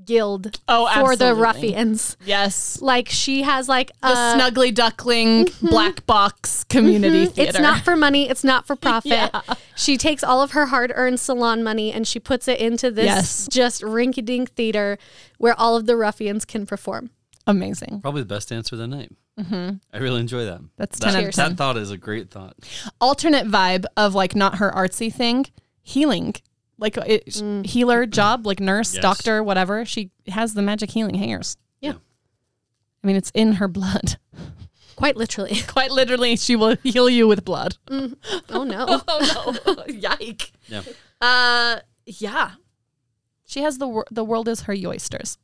guild Oh, for the absolutely. ruffians. Yes. Uh, Mm-hmm. Like she has like uh, The a Snuggly Duckling Black Box Community Theater. It's not for money. It's not for profit. Yeah. She takes all of her hard earned salon money and she puts it into this Yes. just rinky dink theater where all of the ruffians can perform. amazing. Probably the best answer of the night. Mm-hmm. I really enjoy that. That's that, 10 out of that 10. thought is a great thought. Alternate vibe of like not her artsy thing, healing. Like it, healer job, like nurse, Yes. doctor, whatever. She has the magic healing hairs. Yeah. I mean, it's in her blood. Quite literally. Quite literally, she will heal you with blood. oh no. Oh no! Yike. Yeah. Uh, yeah. She has the wor- the world is her oysters.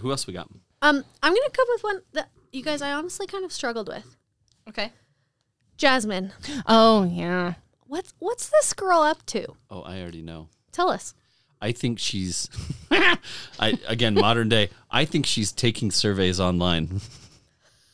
Who else we got? Um, I'm gonna go with one that you guys I honestly kind of struggled with. Okay. Jasmine. Oh yeah. What's what's this girl up to? Oh, I already know. Tell us. I think she's I again modern day. I think she's taking surveys online.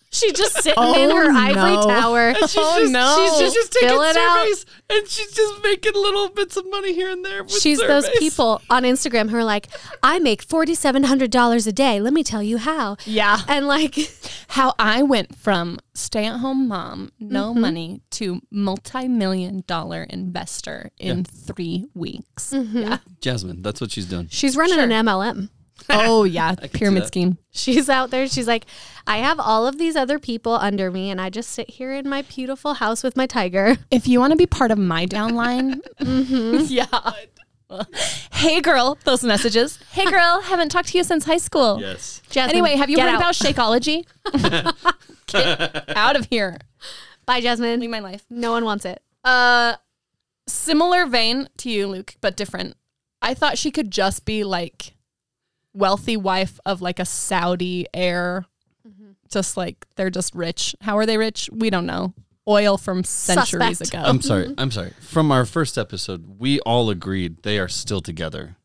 She's just sitting Oh, in her no. ivory tower. Oh, just- no. she's just- just taking Fill it out. surveys, and she's just making little bits of money here and there. She's those people on Instagram who are like, I make forty seven hundred dollars a day. Let me tell you how. Yeah. And like How I went from stay at home mom, no money, to multi million dollar investor in three weeks. Yeah. Jasmine, that's what she's doing. she's running an MLM. Oh yeah. Pyramid that. scheme. She's out there. She's like, I have all of these other people under me, and I just sit here in my beautiful house with my tiger. If you want to be part of my downline, yeah. Mm-hmm. Hey girl, those messages. Hey girl, haven't talked to you since high school. Yes. Jasmine, Anyway, have you get out. heard about Shakeology? Get out of here. Bye, Leave Jasmine. my life. No one wants it. Uh, similar vein to you, Luke, but different. I thought she could just be like wealthy wife of like a Mm-hmm. Saudi heir. Just like they're just rich. How are they rich? We don't know. oil from centuries Suspect. ago. I'm sorry. Mm-hmm. I'm sorry. From our first episode, we all agreed they are still together.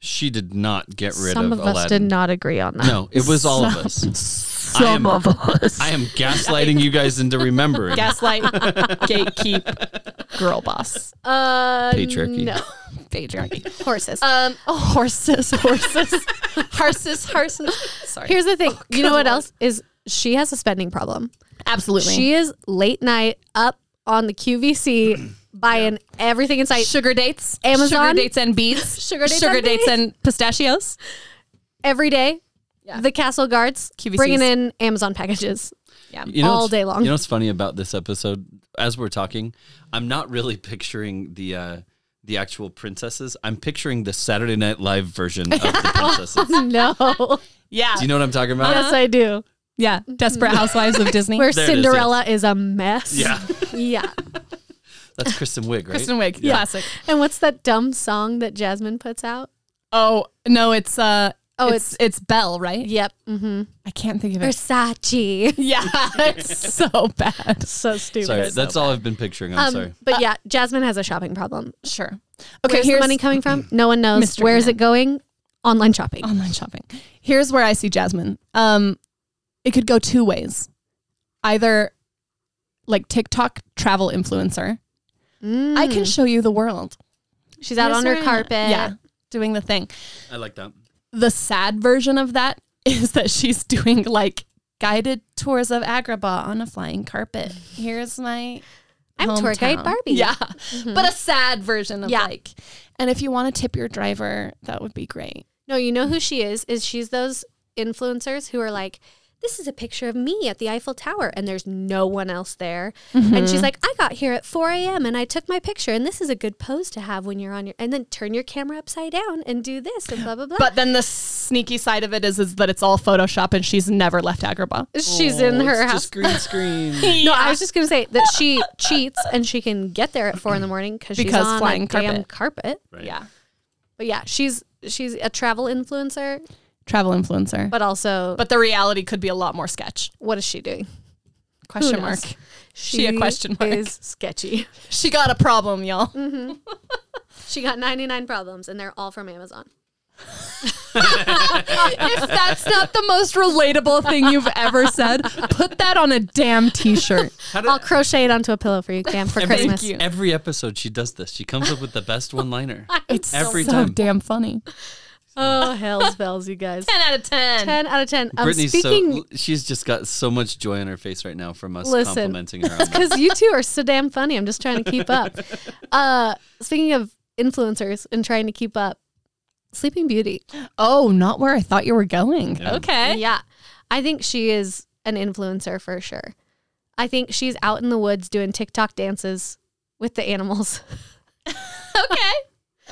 She did not get rid Some of, of us did Aladdin. not agree on that. No, it was all of us. I am- Some of us. I am gaslighting you guys into remembering. Gaslight, gatekeep, girl boss, Uh, Patriarchy. No. patriarchy. Horses. Um, oh, horses, horses, horses, horses. Sorry. Here's the thing. you know what else is? She has a spending problem. absolutely. She is late night up on the QVC buying everything in sight. sugar dates, Amazon? sugar dates and beads, Sugar dates sugar and dates beads? and pistachios. every day. Yeah. The castle guards QVCs. bringing in Amazon packages. Yeah. You know all what's- day long. You know what's funny about this episode? As we're talking, I'm not really picturing the uh, the actual princesses. I'm picturing the Saturday Night Live version of the princesses. Do No. Yeah. you know what I'm talking about? yes, I do. yeah. Mm-hmm. Desperate Housewives of Disney. Where There it is, Cinderella is, a mess. Yeah, Yeah. that's Kristen Wiig, right? Kristen Wiig, Yeah. classic. And what's that dumb song that Jasmine puts out? Oh no, it's uh, Oh, it's it's, Belle, right? Yep. Mm-hmm. I can't think of it. Versace. Yeah, it's so bad. so stupid. Sorry, that's all I've been picturing. I'm um, sorry. But yeah, Jasmine has a shopping problem. Sure. Okay, Okay, Where's here's the money coming from? No one knows. Mystery Where is man. it going? Online shopping. online shopping. Here's where I see Jasmine. Um, it could go two ways, either like TikTok travel influencer. I can show you the world. Mm. She's out Here's Hmm. on her where I'm at. carpet. Yeah, doing the thing. I like that. The sad version of that is that she's doing like guided tours of Agrabah on a flying carpet. Here's my I'm tour guide hometown. Barbie. Yeah. But a sad version Mm-hmm. of Yeah. like and if you want to tip your driver, that would be great. No, you know who she is? Is she's those influencers who are like, this is a picture of me at the Eiffel Tower, and there's no one else there. And she's like, I got here at 4 a.m. and I took my picture, and this is a good pose to have when you're on your, and then turn your camera upside down and do this and blah blah blah. But then the sneaky side of it is is that it's all Photoshop and she's never left Agrabah. she's Oh, in it's her house. Just green screen. No, I was just gonna say that she cheats and she can get there at four in the morning because she's Because on flying a damn carpet. carpet. Right. Yeah. But yeah, she's she's a travel influencer, Travel influencer. But, but also, the reality could be a lot more sketch. what is she doing? Question mark. knows? She a question mark. is sketchy. She got a problem, y'all. Mm-hmm. She got 99 problems and they're all from Amazon. if that's not the most relatable thing you've ever said, put that on a damn t-shirt. How did, I'll crochet it onto a pillow for you, Cam, for every, Christmas. you. every episode she does this. She comes up with the best one liner. It's Every so time. damn funny. Oh, hell's bells, you guys. 10 out of 10. 10 out of 10. Um, I'm Brittany's speaking so she's just got so much joy on her face right now from us Listen. complimenting her. On that. because you two are so damn funny. I'm just trying to keep up. Uh, speaking of influencers and trying to keep up, Sleeping Beauty. Oh, not where I thought you were going. Yeah. Okay. Yeah. I think she is an influencer for sure. I think she's out in the woods doing TikTok dances with the animals. Okay.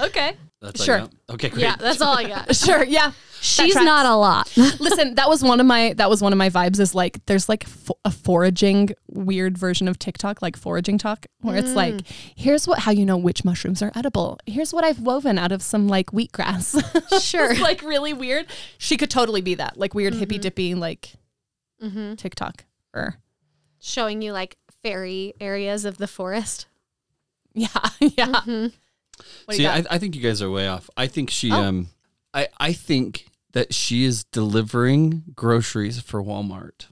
Okay. That's all Sure. you got? Okay, great. Yeah, that's all I got. Sure. Yeah. She's tracks. not a lot. Listen, that was one of my that was one of my vibes. Is like there's like fo- a foraging weird version of TikTok, like foraging talk, where it's like, here's what how you know which mushrooms are edible. Here's what I've woven out of some like wheatgrass. Sure. It's, like really weird. She could totally be that, like weird hippy dippy, like Mm-hmm. Mhm. TikTok. Or showing you like fairy areas of the forest. yeah, yeah. What do See, you got? Oh. I, I think you guys are way off. I think she, um, I, I think that she is delivering groceries for Walmart.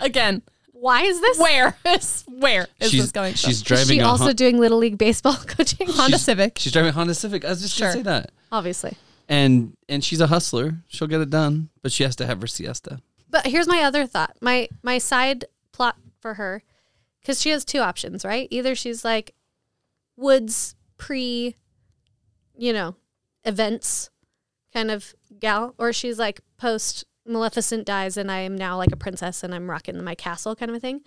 Again, Why is this? where is where is she's this going? She's Is driving she a also Hon- doing little league baseball coaching? Honda she's- Civic. She's driving a Honda Civic. I was just Sure. gonna say that. Obviously. And and she's a hustler. She'll get it done, but she has to have her siesta. But here's my other thought. My my side plot for her cuz she has two options, right? Either she's like woods pre you know, events kind of gal or she's like post Maleficent dies and I am now like a princess and I'm rocking my castle kind of a thing.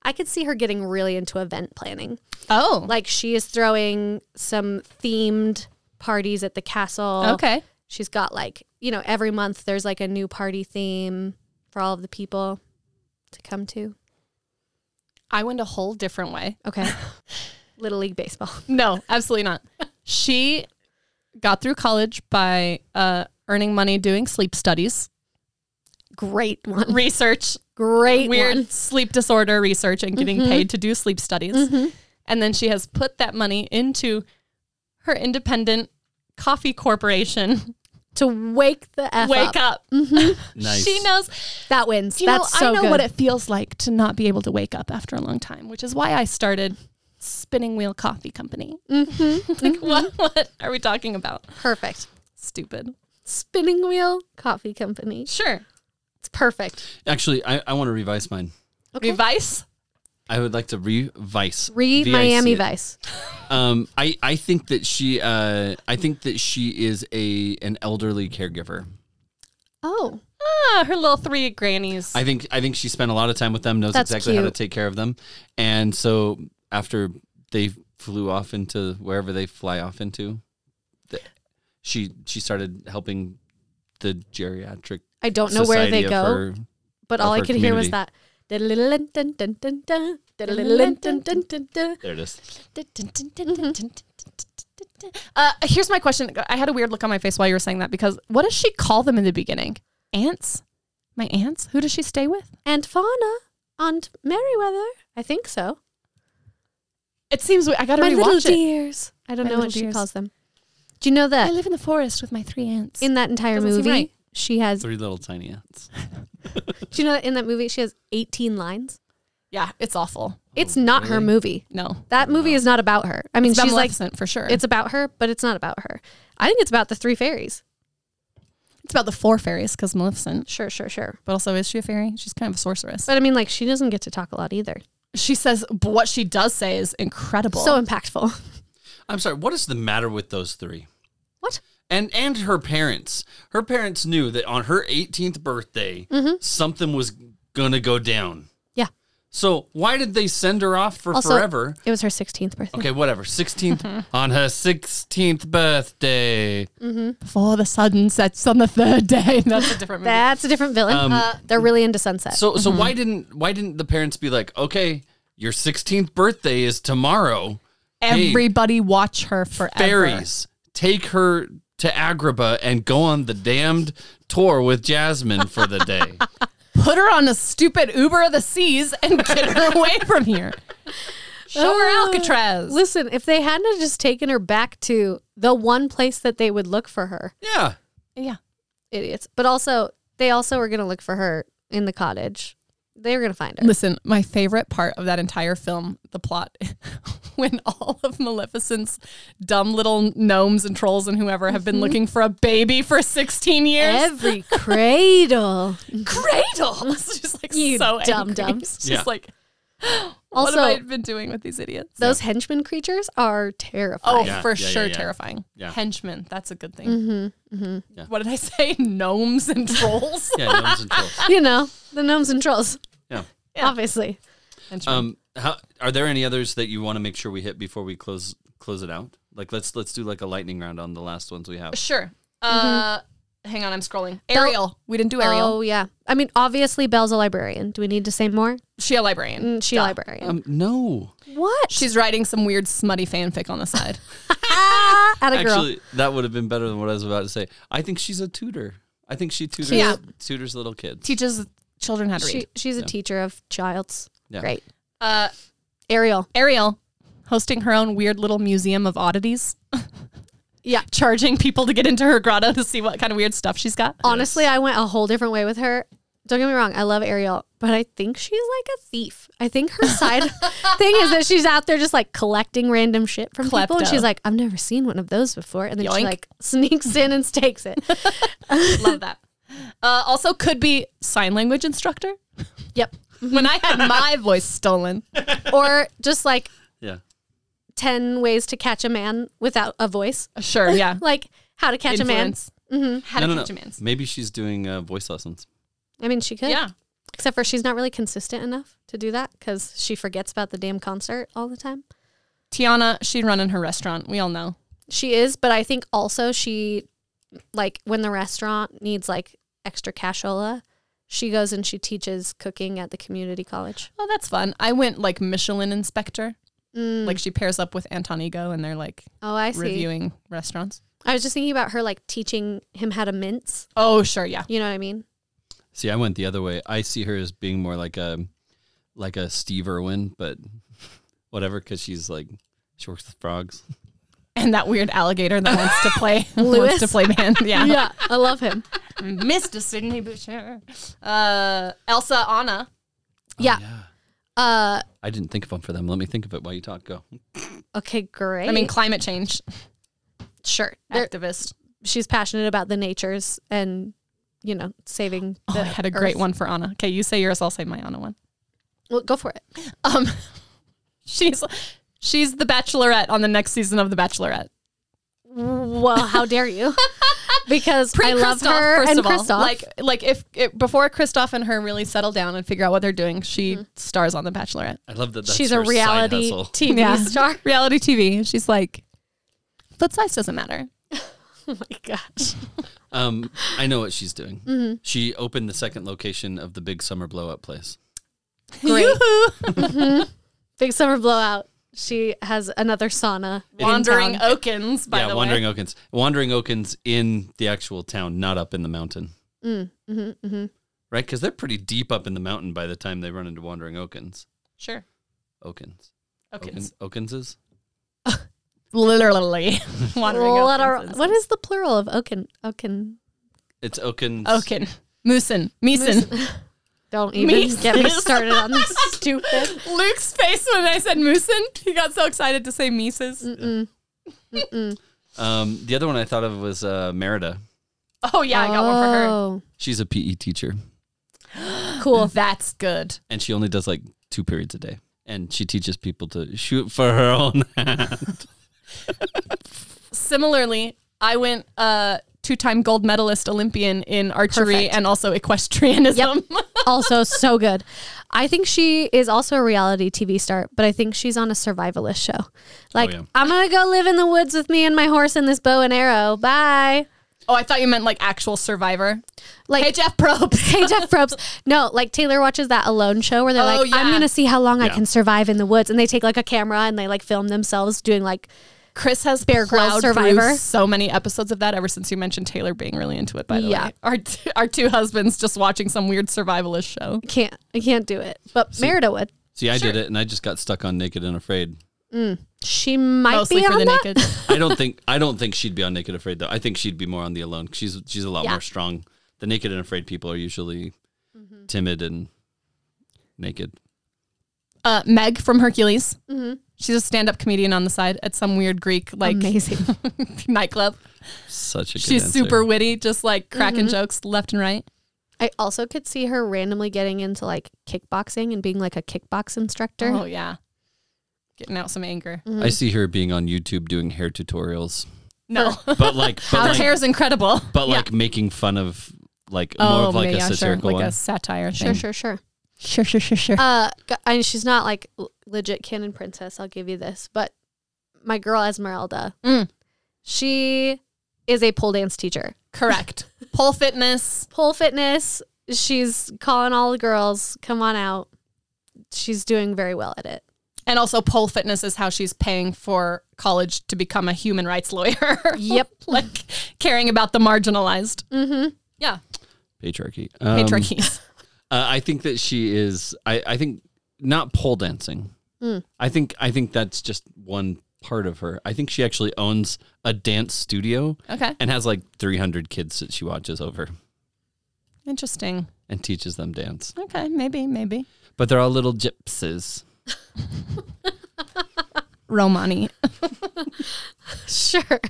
I could see her getting really into event planning. oh, Like she is throwing some themed parties at the castle. okay. She's got like, you know, every month there's like a new party theme for all of the people to come to. I went a whole different way. Okay. Little League Baseball. No, absolutely not. she got through college by uh, earning money doing sleep studies, Great one. research, Great weird one. Mm-hmm. sleep disorder research and getting paid to do sleep studies. And then she has put that money into her independent coffee corporation. to wake the f Wake up. Nice. She knows. That wins. You That's know, so I know good. what it feels like to not be able to wake up after a long time, which is why I started Spinning Wheel Coffee Company. Mm-hmm. like, what, what are we talking about? perfect. Stupid. Spinning wheel coffee company. Sure. It's perfect. Actually, I, I want to revise mine. Okay. Revise. I would like to revise. Re V I C Miami it. Vice. Um, I, I think that she uh, I think that she is a an elderly caregiver. Oh, Ah, her little three grannies. I think I think she spent a lot of time with them, knows That's exactly how to cute. take care of them, and so after they flew off into wherever they fly off into, the, she she started helping the geriatric. I don't know where they society of go, her- but of all I her could hear was community. that. dun-dun-dun-dun-dun, dun-dun-dun-dun-dun-dun. There it is. Mm-hmm. Uh, here's my question. I had a weird look on my face while you were saying that because what does she call them in the beginning? Ants? My ants? Who does she stay with? Aunt Fauna, Aunt Merriweather. I think so. It seems we- I gotta My little rewatch it. dears. I don't My know what little she dears. calls them. Do you know I that live in the forest with my three ants. in that entire Doesn't seem movie, right. she has. Three little tiny ants. Do you know that in that movie she has 18 lines? yeah, it's awful. It's not her Oh, really? movie. No, That movie is not about her. I mean, it's she's like Maleficent for sure. it's about her, but it's not about her. I think it's about the three fairies. it's about the four fairies because Maleficent. Sure, sure, sure. But also, is she a fairy? She's kind of a sorceress. But I mean, like she doesn't get to talk a lot either. she says but what she does say is incredible. So impactful. I'm sorry. What is the matter with those three? What? And and her parents. Her parents knew that on her 18th birthday, something was gonna go down. Yeah. So why did they send her off for Also- forever? It was her 16th birthday. Okay, whatever. 16th on her 16th birthday. before the sun sets on the third day, that's a different movie. That's a different villain. Um, uh, they're really into sunset. So so why didn't why didn't the parents be like, "Okay, your 16th birthday is tomorrow. Hey, Everybody watch her forever. fairies, take her to Agrabah and go on the damned tour with Jasmine for the day." put her on a stupid Uber of the seas and get her away from here. Show Uh, her Alcatraz. Listen, if they hadn't have just taken her back to the one place that they would look for her, yeah. yeah. idiots. But also, they also were going to look for her in the cottage. They were going to find her. Listen, my favorite part of that entire film, the plot, when all of Maleficent's dumb little gnomes and trolls and whoever have Mm-hmm. been looking for a baby for 16 years. Every cradle. Cradle. She's like You so dumb angry. dumbs. She's Yeah. like, what Also, have I been doing with these idiots? those henchmen creatures are terrifying. Oh, Yeah, for yeah, yeah, sure, yeah. terrifying. Yeah. Henchmen, that's a good thing. Mm-hmm, What did I say? Gnomes and trolls. Yeah, gnomes and trolls. You know, the gnomes and trolls, Yeah. obviously. Henchmen. Um, how, are there any others that you want to make sure we hit before we close close it out? Like let's let's do like a lightning round on the last ones we have. Sure. Uh, hang on, I'm scrolling. Ariel. we didn't do Ariel. Mm-hmm. Oh, yeah. I mean, obviously, Belle's a librarian. Do we need to say more? she a librarian. Mm, She a librarian. Um, no, what? She's writing some weird smutty fanfic on the side. at a girl. actually, that would have been better than what I was about to say. I think she's a tutor. I think she tutors Yeah. tutors little kids. Teaches children how to she, read. she's a teacher of child's. Yeah. Great. Uh, Ariel. Ariel, hosting her own weird little museum of oddities. Yeah. Charging people to get into her grotto to see what kind of weird stuff she's got. Honestly, I went a whole different way with her. Don't get me wrong, I love Ariel, but I think she's like a thief. I think her side thing is that she's out there just like collecting random shit from people, and Klepto. she's like, "I've never seen one of those before," and then she Yoink. like sneaks in and takes it. Love that. Uh, also, could be sign language instructor. yep. When I had my voice stolen, Or just like Yeah, ten ways to catch a man without a voice, sure, yeah. like how to catch Influence. How to no, no, catch no. a man's. Maybe she's doing uh, voice lessons. a man. I mean, she could. Yeah. Except for she's not really consistent enough to do that because she forgets about the damn concert all the time. Tiana, she running her restaurant. We all know. She is, but I think also she like when the restaurant needs like extra cashola, she goes and she teaches cooking at the community college. Oh, that's fun. Mm. I went like Michelin inspector. Like she pairs up with Anton Ego and they're like Oh, I see. reviewing restaurants. I was just thinking about her like teaching him how to mince. Oh, sure, yeah. You know what I mean? See, I went the other way. I see her as being more like a like a Steve Irwin, but whatever, because she's like she works with frogs. And that weird alligator that wants to play wants Lewis? to play band. Yeah. Yeah, I love him. Mr. Sydney Boucher. Uh, Elsa Anna. Yeah. Uh, I didn't think of one for them. Let me think of it while you talk. Go. okay, great. I mean, climate change sure. There- activist. she's passionate about the natures and, you know, saving. Oh, the I had a great earth. one for Anna. Okay, you say yours. I'll say my Anna one. Well, go for it. Um, she's she's the Bachelorette on the next season of The Bachelorette. Well, how dare you? Because I love Christoph, her first and of all. Christoph. Like like if it, before Kristoff and her really settle down and figure out what they're doing, she stars on The Bachelorette. I love that. That's she's a her side reality hustle. TV star. reality TV. She's like, foot size doesn't matter. Oh my gosh. Um, I know what she's doing. Mm-hmm. She opened the second location of the big summer blow up place. Great. Yoo-hoo. Mm-hmm. Big summer blowout. She has another sauna. in Wandering town. Oakens, by yeah, the Wandering way. Oakens. Wandering Oakens in the actual town, not up in the mountain. Mm, mhm, mhm. Right? Because they're pretty deep up in the mountain by the time they run into Wandering Oakens. Sure. Oakens. Oakens. Oaken- Oakenses? Literally. Wandering Literal- Oakens. What is the plural of Oaken? Oaken. It's Oakens. Oaken. Moosin. Meeson. Don't even get me started on this stupid. Luke's face when I said Moosin, he got so excited to say Mises. Mm. Um, the other one I thought of was uh, Merida. Oh, yeah, I got one for her. Oh. She's a PE teacher, Cool. That's good. and she only does like two periods a day. And she teaches people to shoot for her own hand. Similarly, I went uh, two time gold medalist Olympian in archery Perfect. and also equestrianism. also so good. I think she is also a reality TV star, but I think she's on a survivalist show. Like, yeah. I'm going to go live in the woods with me and my horse and this bow and arrow. Bye. oh, I thought you meant like actual survivor. Like, Hey, Jeff Probst. Hey Jeff Probst. No, like Taylor watches that alone show where they're Oh, like, I'm yeah. gonna see how long I Yeah. can survive in the woods, and they take like a camera and they like film themselves doing like, Chris has Bear Grylls plowed through survivor. So many episodes of that ever since you mentioned Taylor being really into it. By the Yeah. way, our t- our two husbands just watching some weird survivalist show. can't I can't do it. But Merida would. See, I did it, and I just got stuck on Naked and Afraid. She might Mostly be for on the that. naked. I don't think I don't think she'd be on Naked and Afraid though. I think she'd be more on the Alone. She's she's a lot Yeah. more strong. The Naked and Afraid people are usually timid and naked. Uh, Meg from Hercules. Mm-hmm. She's a stand up comedian on the side at some weird Greek like Amazing. nightclub. Such a good She's answer. super witty, just like cracking Mm-hmm. jokes left and right. I also could see her randomly getting into like kickboxing and being like a kickbox instructor. Oh yeah, getting out some anger. I see her being on YouTube doing hair tutorials, No, but like her but like, hair is incredible. Oh, but like making fun of like more of like ma- a yeah, satirical sure. one. like a satire Sure, thing. sure, sure. sure, sure, sure, sure. Uh, g- and she's not like l- legit canon princess. I'll give you this, but my girl Esmeralda, Mm. she is a pole dance teacher. Correct. Pole fitness. pole fitness. She's calling all the girls, come on out. She's doing very well at it. And also, pole fitness is how she's paying for college to become a human rights lawyer. Yep. like caring about the marginalized. Mm-hmm. Yeah. Patriarchy. Um, Patriarchies. Uh, I think that she is. I, I think not pole dancing. I think I think that's just one part of her. I think she actually owns a dance studio okay. and has like 300 kids that she watches over Interesting. and teaches them dance. Okay. Maybe, maybe. But they're all little gypsies. Romani. Sure.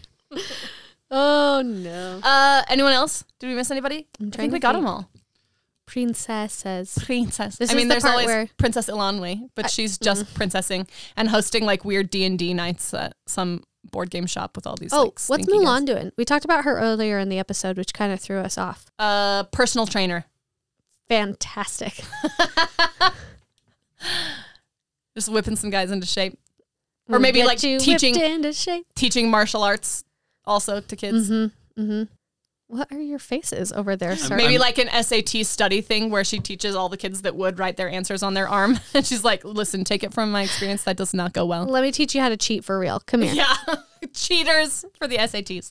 oh no. Uh, anyone else? Did we miss anybody? i trying think we to got think. them all. Princess says. Princess. This I is mean, the there's part always where- Mm-hmm. Princess Ilanwe, but she's just princessing and hosting like weird D and D nights at some board game shop with all these. Oh, like, what's stinky guys. Mulan doing? We talked about her earlier in the episode, which kind of threw us off. Uh, personal trainer. Fantastic. Just whipping some guys into shape, or maybe Get like you whipped teaching into shape. teaching martial arts also to Mm-hmm. kids. What are your faces over there, sir? Mm-hmm, Maybe like an SAT study thing where she teaches all the kids that would write their answers on their arm, and she's like, "Listen, take it from my experience. That does not go well." Let me teach you how to cheat for real. Come here. Yeah, cheaters for the SATs.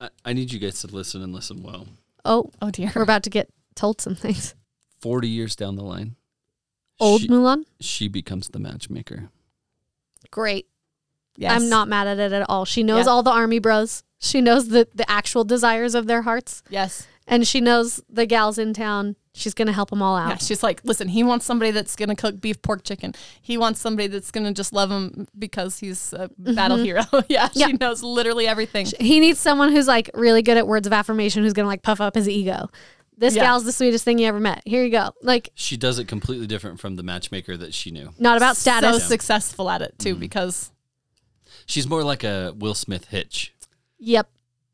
I, I need you guys to listen and listen well. Oh, Oh dear. we're about to get told some things. 40 years down the line, Old she, Mulan, she becomes the matchmaker. great. Yes. I'm not mad at it at all. She knows Yeah. all the army bros. She knows the, the actual desires of their hearts. Yes. And she knows the gals in town. She's going to help them all out. Yeah, she's like, listen, he wants somebody that's going to cook beef, pork, chicken. He wants somebody that's going to just love him because he's a battle hero. yeah, Mm-hmm. Yeah. she knows literally everything. He needs someone who's like really good at words of affirmation who's going to like puff up his ego. This Yeah. gal's the sweetest thing you ever met. Here you go. Like, She does it completely different from the matchmaker that she knew. not about so status. successful at it Mm. too because She's more like a Will Smith hitch. yep.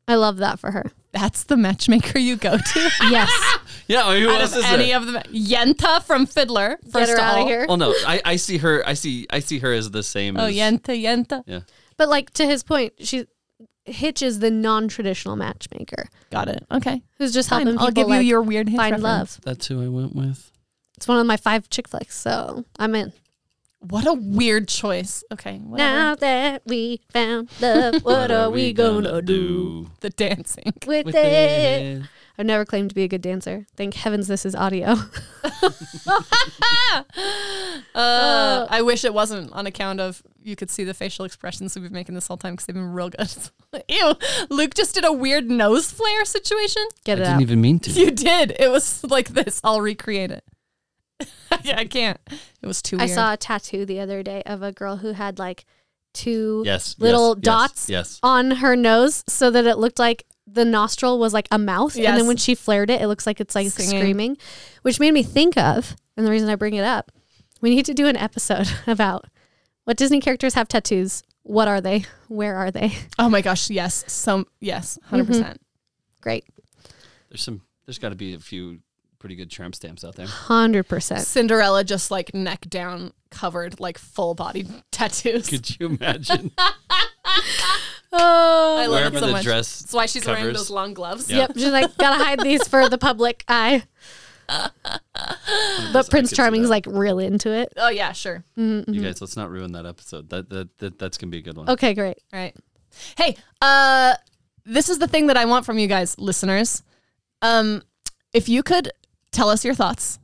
I love that for her. that's the matchmaker you go to. Yes. Yeah, I mean, who out else of is any there? of them, Yenta from Fiddler. Get First her of out of all. here. well, no, I, I see her. I see I see her as the same. Oh, as, Yenta, Yenta. Yeah, But like to his point, she Hitch is the non-traditional matchmaker Got it. Okay. who's just Fine. helping people I'll give like, you your weird hit find reference. love. that's who I went with. It's one of my five chick flicks, so I'm in. What a weird choice. Okay. Whatever. Now that we found love, what are we gonna do The dancing. with, with it? it? I've never claimed to be a good dancer. Thank heavens this is audio. Uh, I wish it wasn't on account of you could see the facial expressions we've been making this whole time because they've been real good. Ew. Luke just did a weird nose flare situation. I Get it didn't out. even mean to. You did. It was like this. I'll recreate it. yeah, I can't. It was too I weird. saw a tattoo the other day of a girl who had like two Yes, little yes, yes, dots Yes, on her nose so that it looked like the nostril was like a mouth. And Yes. then when she flared it, it looks like it's like Singing. screaming, which made me think of, and the reason I bring it up, we need to do an episode about what Disney characters have tattoos. What are they? Where are they? Oh my gosh. Yes. So, yes. 100%. percent Great. There's some. There's got to be a few pretty good tramp stamps out there. 100%. Cinderella just like neck down, covered, like full body tattoos. Could you imagine? I love Wherever it so the much. dress That's why she's wearing covers- those long gloves. Yeah. Yep. She's like, gotta hide these for the public eye. But Prince see Charming's that. like real into it. Oh, yeah, sure. You guys, let's not ruin that episode. That that, that that's gonna be a good one. Okay, great. Right. Hey, uh this is the thing that I want from you guys, listeners. Um if you could tell us your thoughts,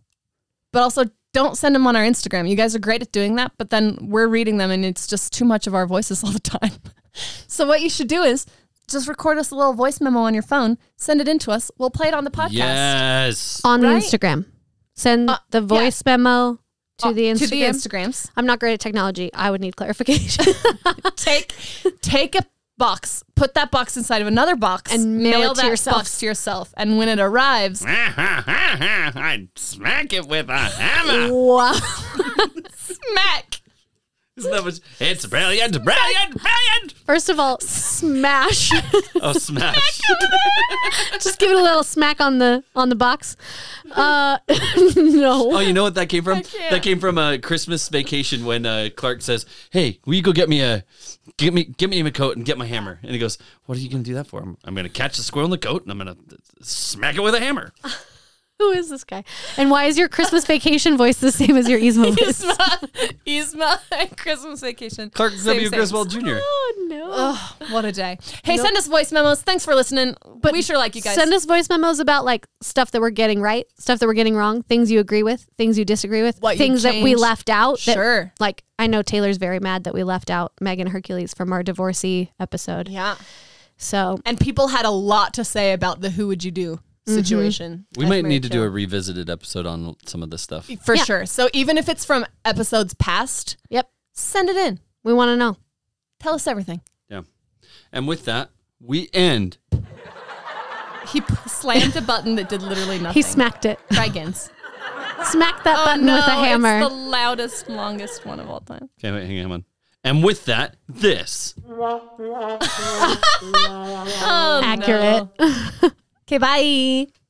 but also don't send them on our Instagram. You guys are great at doing that, but then we're reading them and it's just too much of our voices all the time. so what you should do is just record us a little voice memo on your phone, send it in to us. We'll play it on the podcast. Yes. On the Right? Instagram. Send Uh, the voice memo to Uh, the Instagram. To the Instagrams. I'm not great at technology. I would need clarification. take take a box, put that box inside of another box, And mail it to that yourself. box to yourself. And when it arrives, I'd smack it with a hammer. wow. smack. Isn't that what- it's Brilliant, brilliant, brilliant. First of all, smash. oh smash. Just give it a little smack on the on the box. Uh, no. Oh, you know what that came from? can't. That came from a Christmas vacation when uh, Clark says, "Hey, will you go get me a, get me, get me a coat and get my hammer?" And he goes, "What are you gonna do that for? I'm, I'm gonna catch the squirrel in the coat and I'm gonna uh, smack it with a hammer." Who is this guy? And why is your Christmas vacation voice the same as your Yzma voice? Isma, Isma, and Christmas vacation. Clark Same, W. same. Griswold Jr. Oh no. Oh, what a day. Hey, send us voice memos. Thanks for listening. But we sure like you guys. Send us voice memos about like stuff that we're getting right, stuff that we're getting wrong, things you agree with, things you disagree with, What you things that we changed. left out. that- Sure. like I know Taylor's very mad that we left out Megan Hercules from our divorcee episode. yeah. So And people had a lot to say about the who would you do situation. We might need to do a revisited episode on some of this stuff. for Yeah. sure. So even if it's from episodes past, yep, send it in. we want to know. Tell us everything. Yeah. And with that, we end. He p- slammed a button that did literally nothing. He smacked it. Dragons. Smacked that button with a hammer. Oh, It's the loudest, longest one of all time. Okay, wait, hang on. And with that, this. Oh, Accurate. Okay, bye.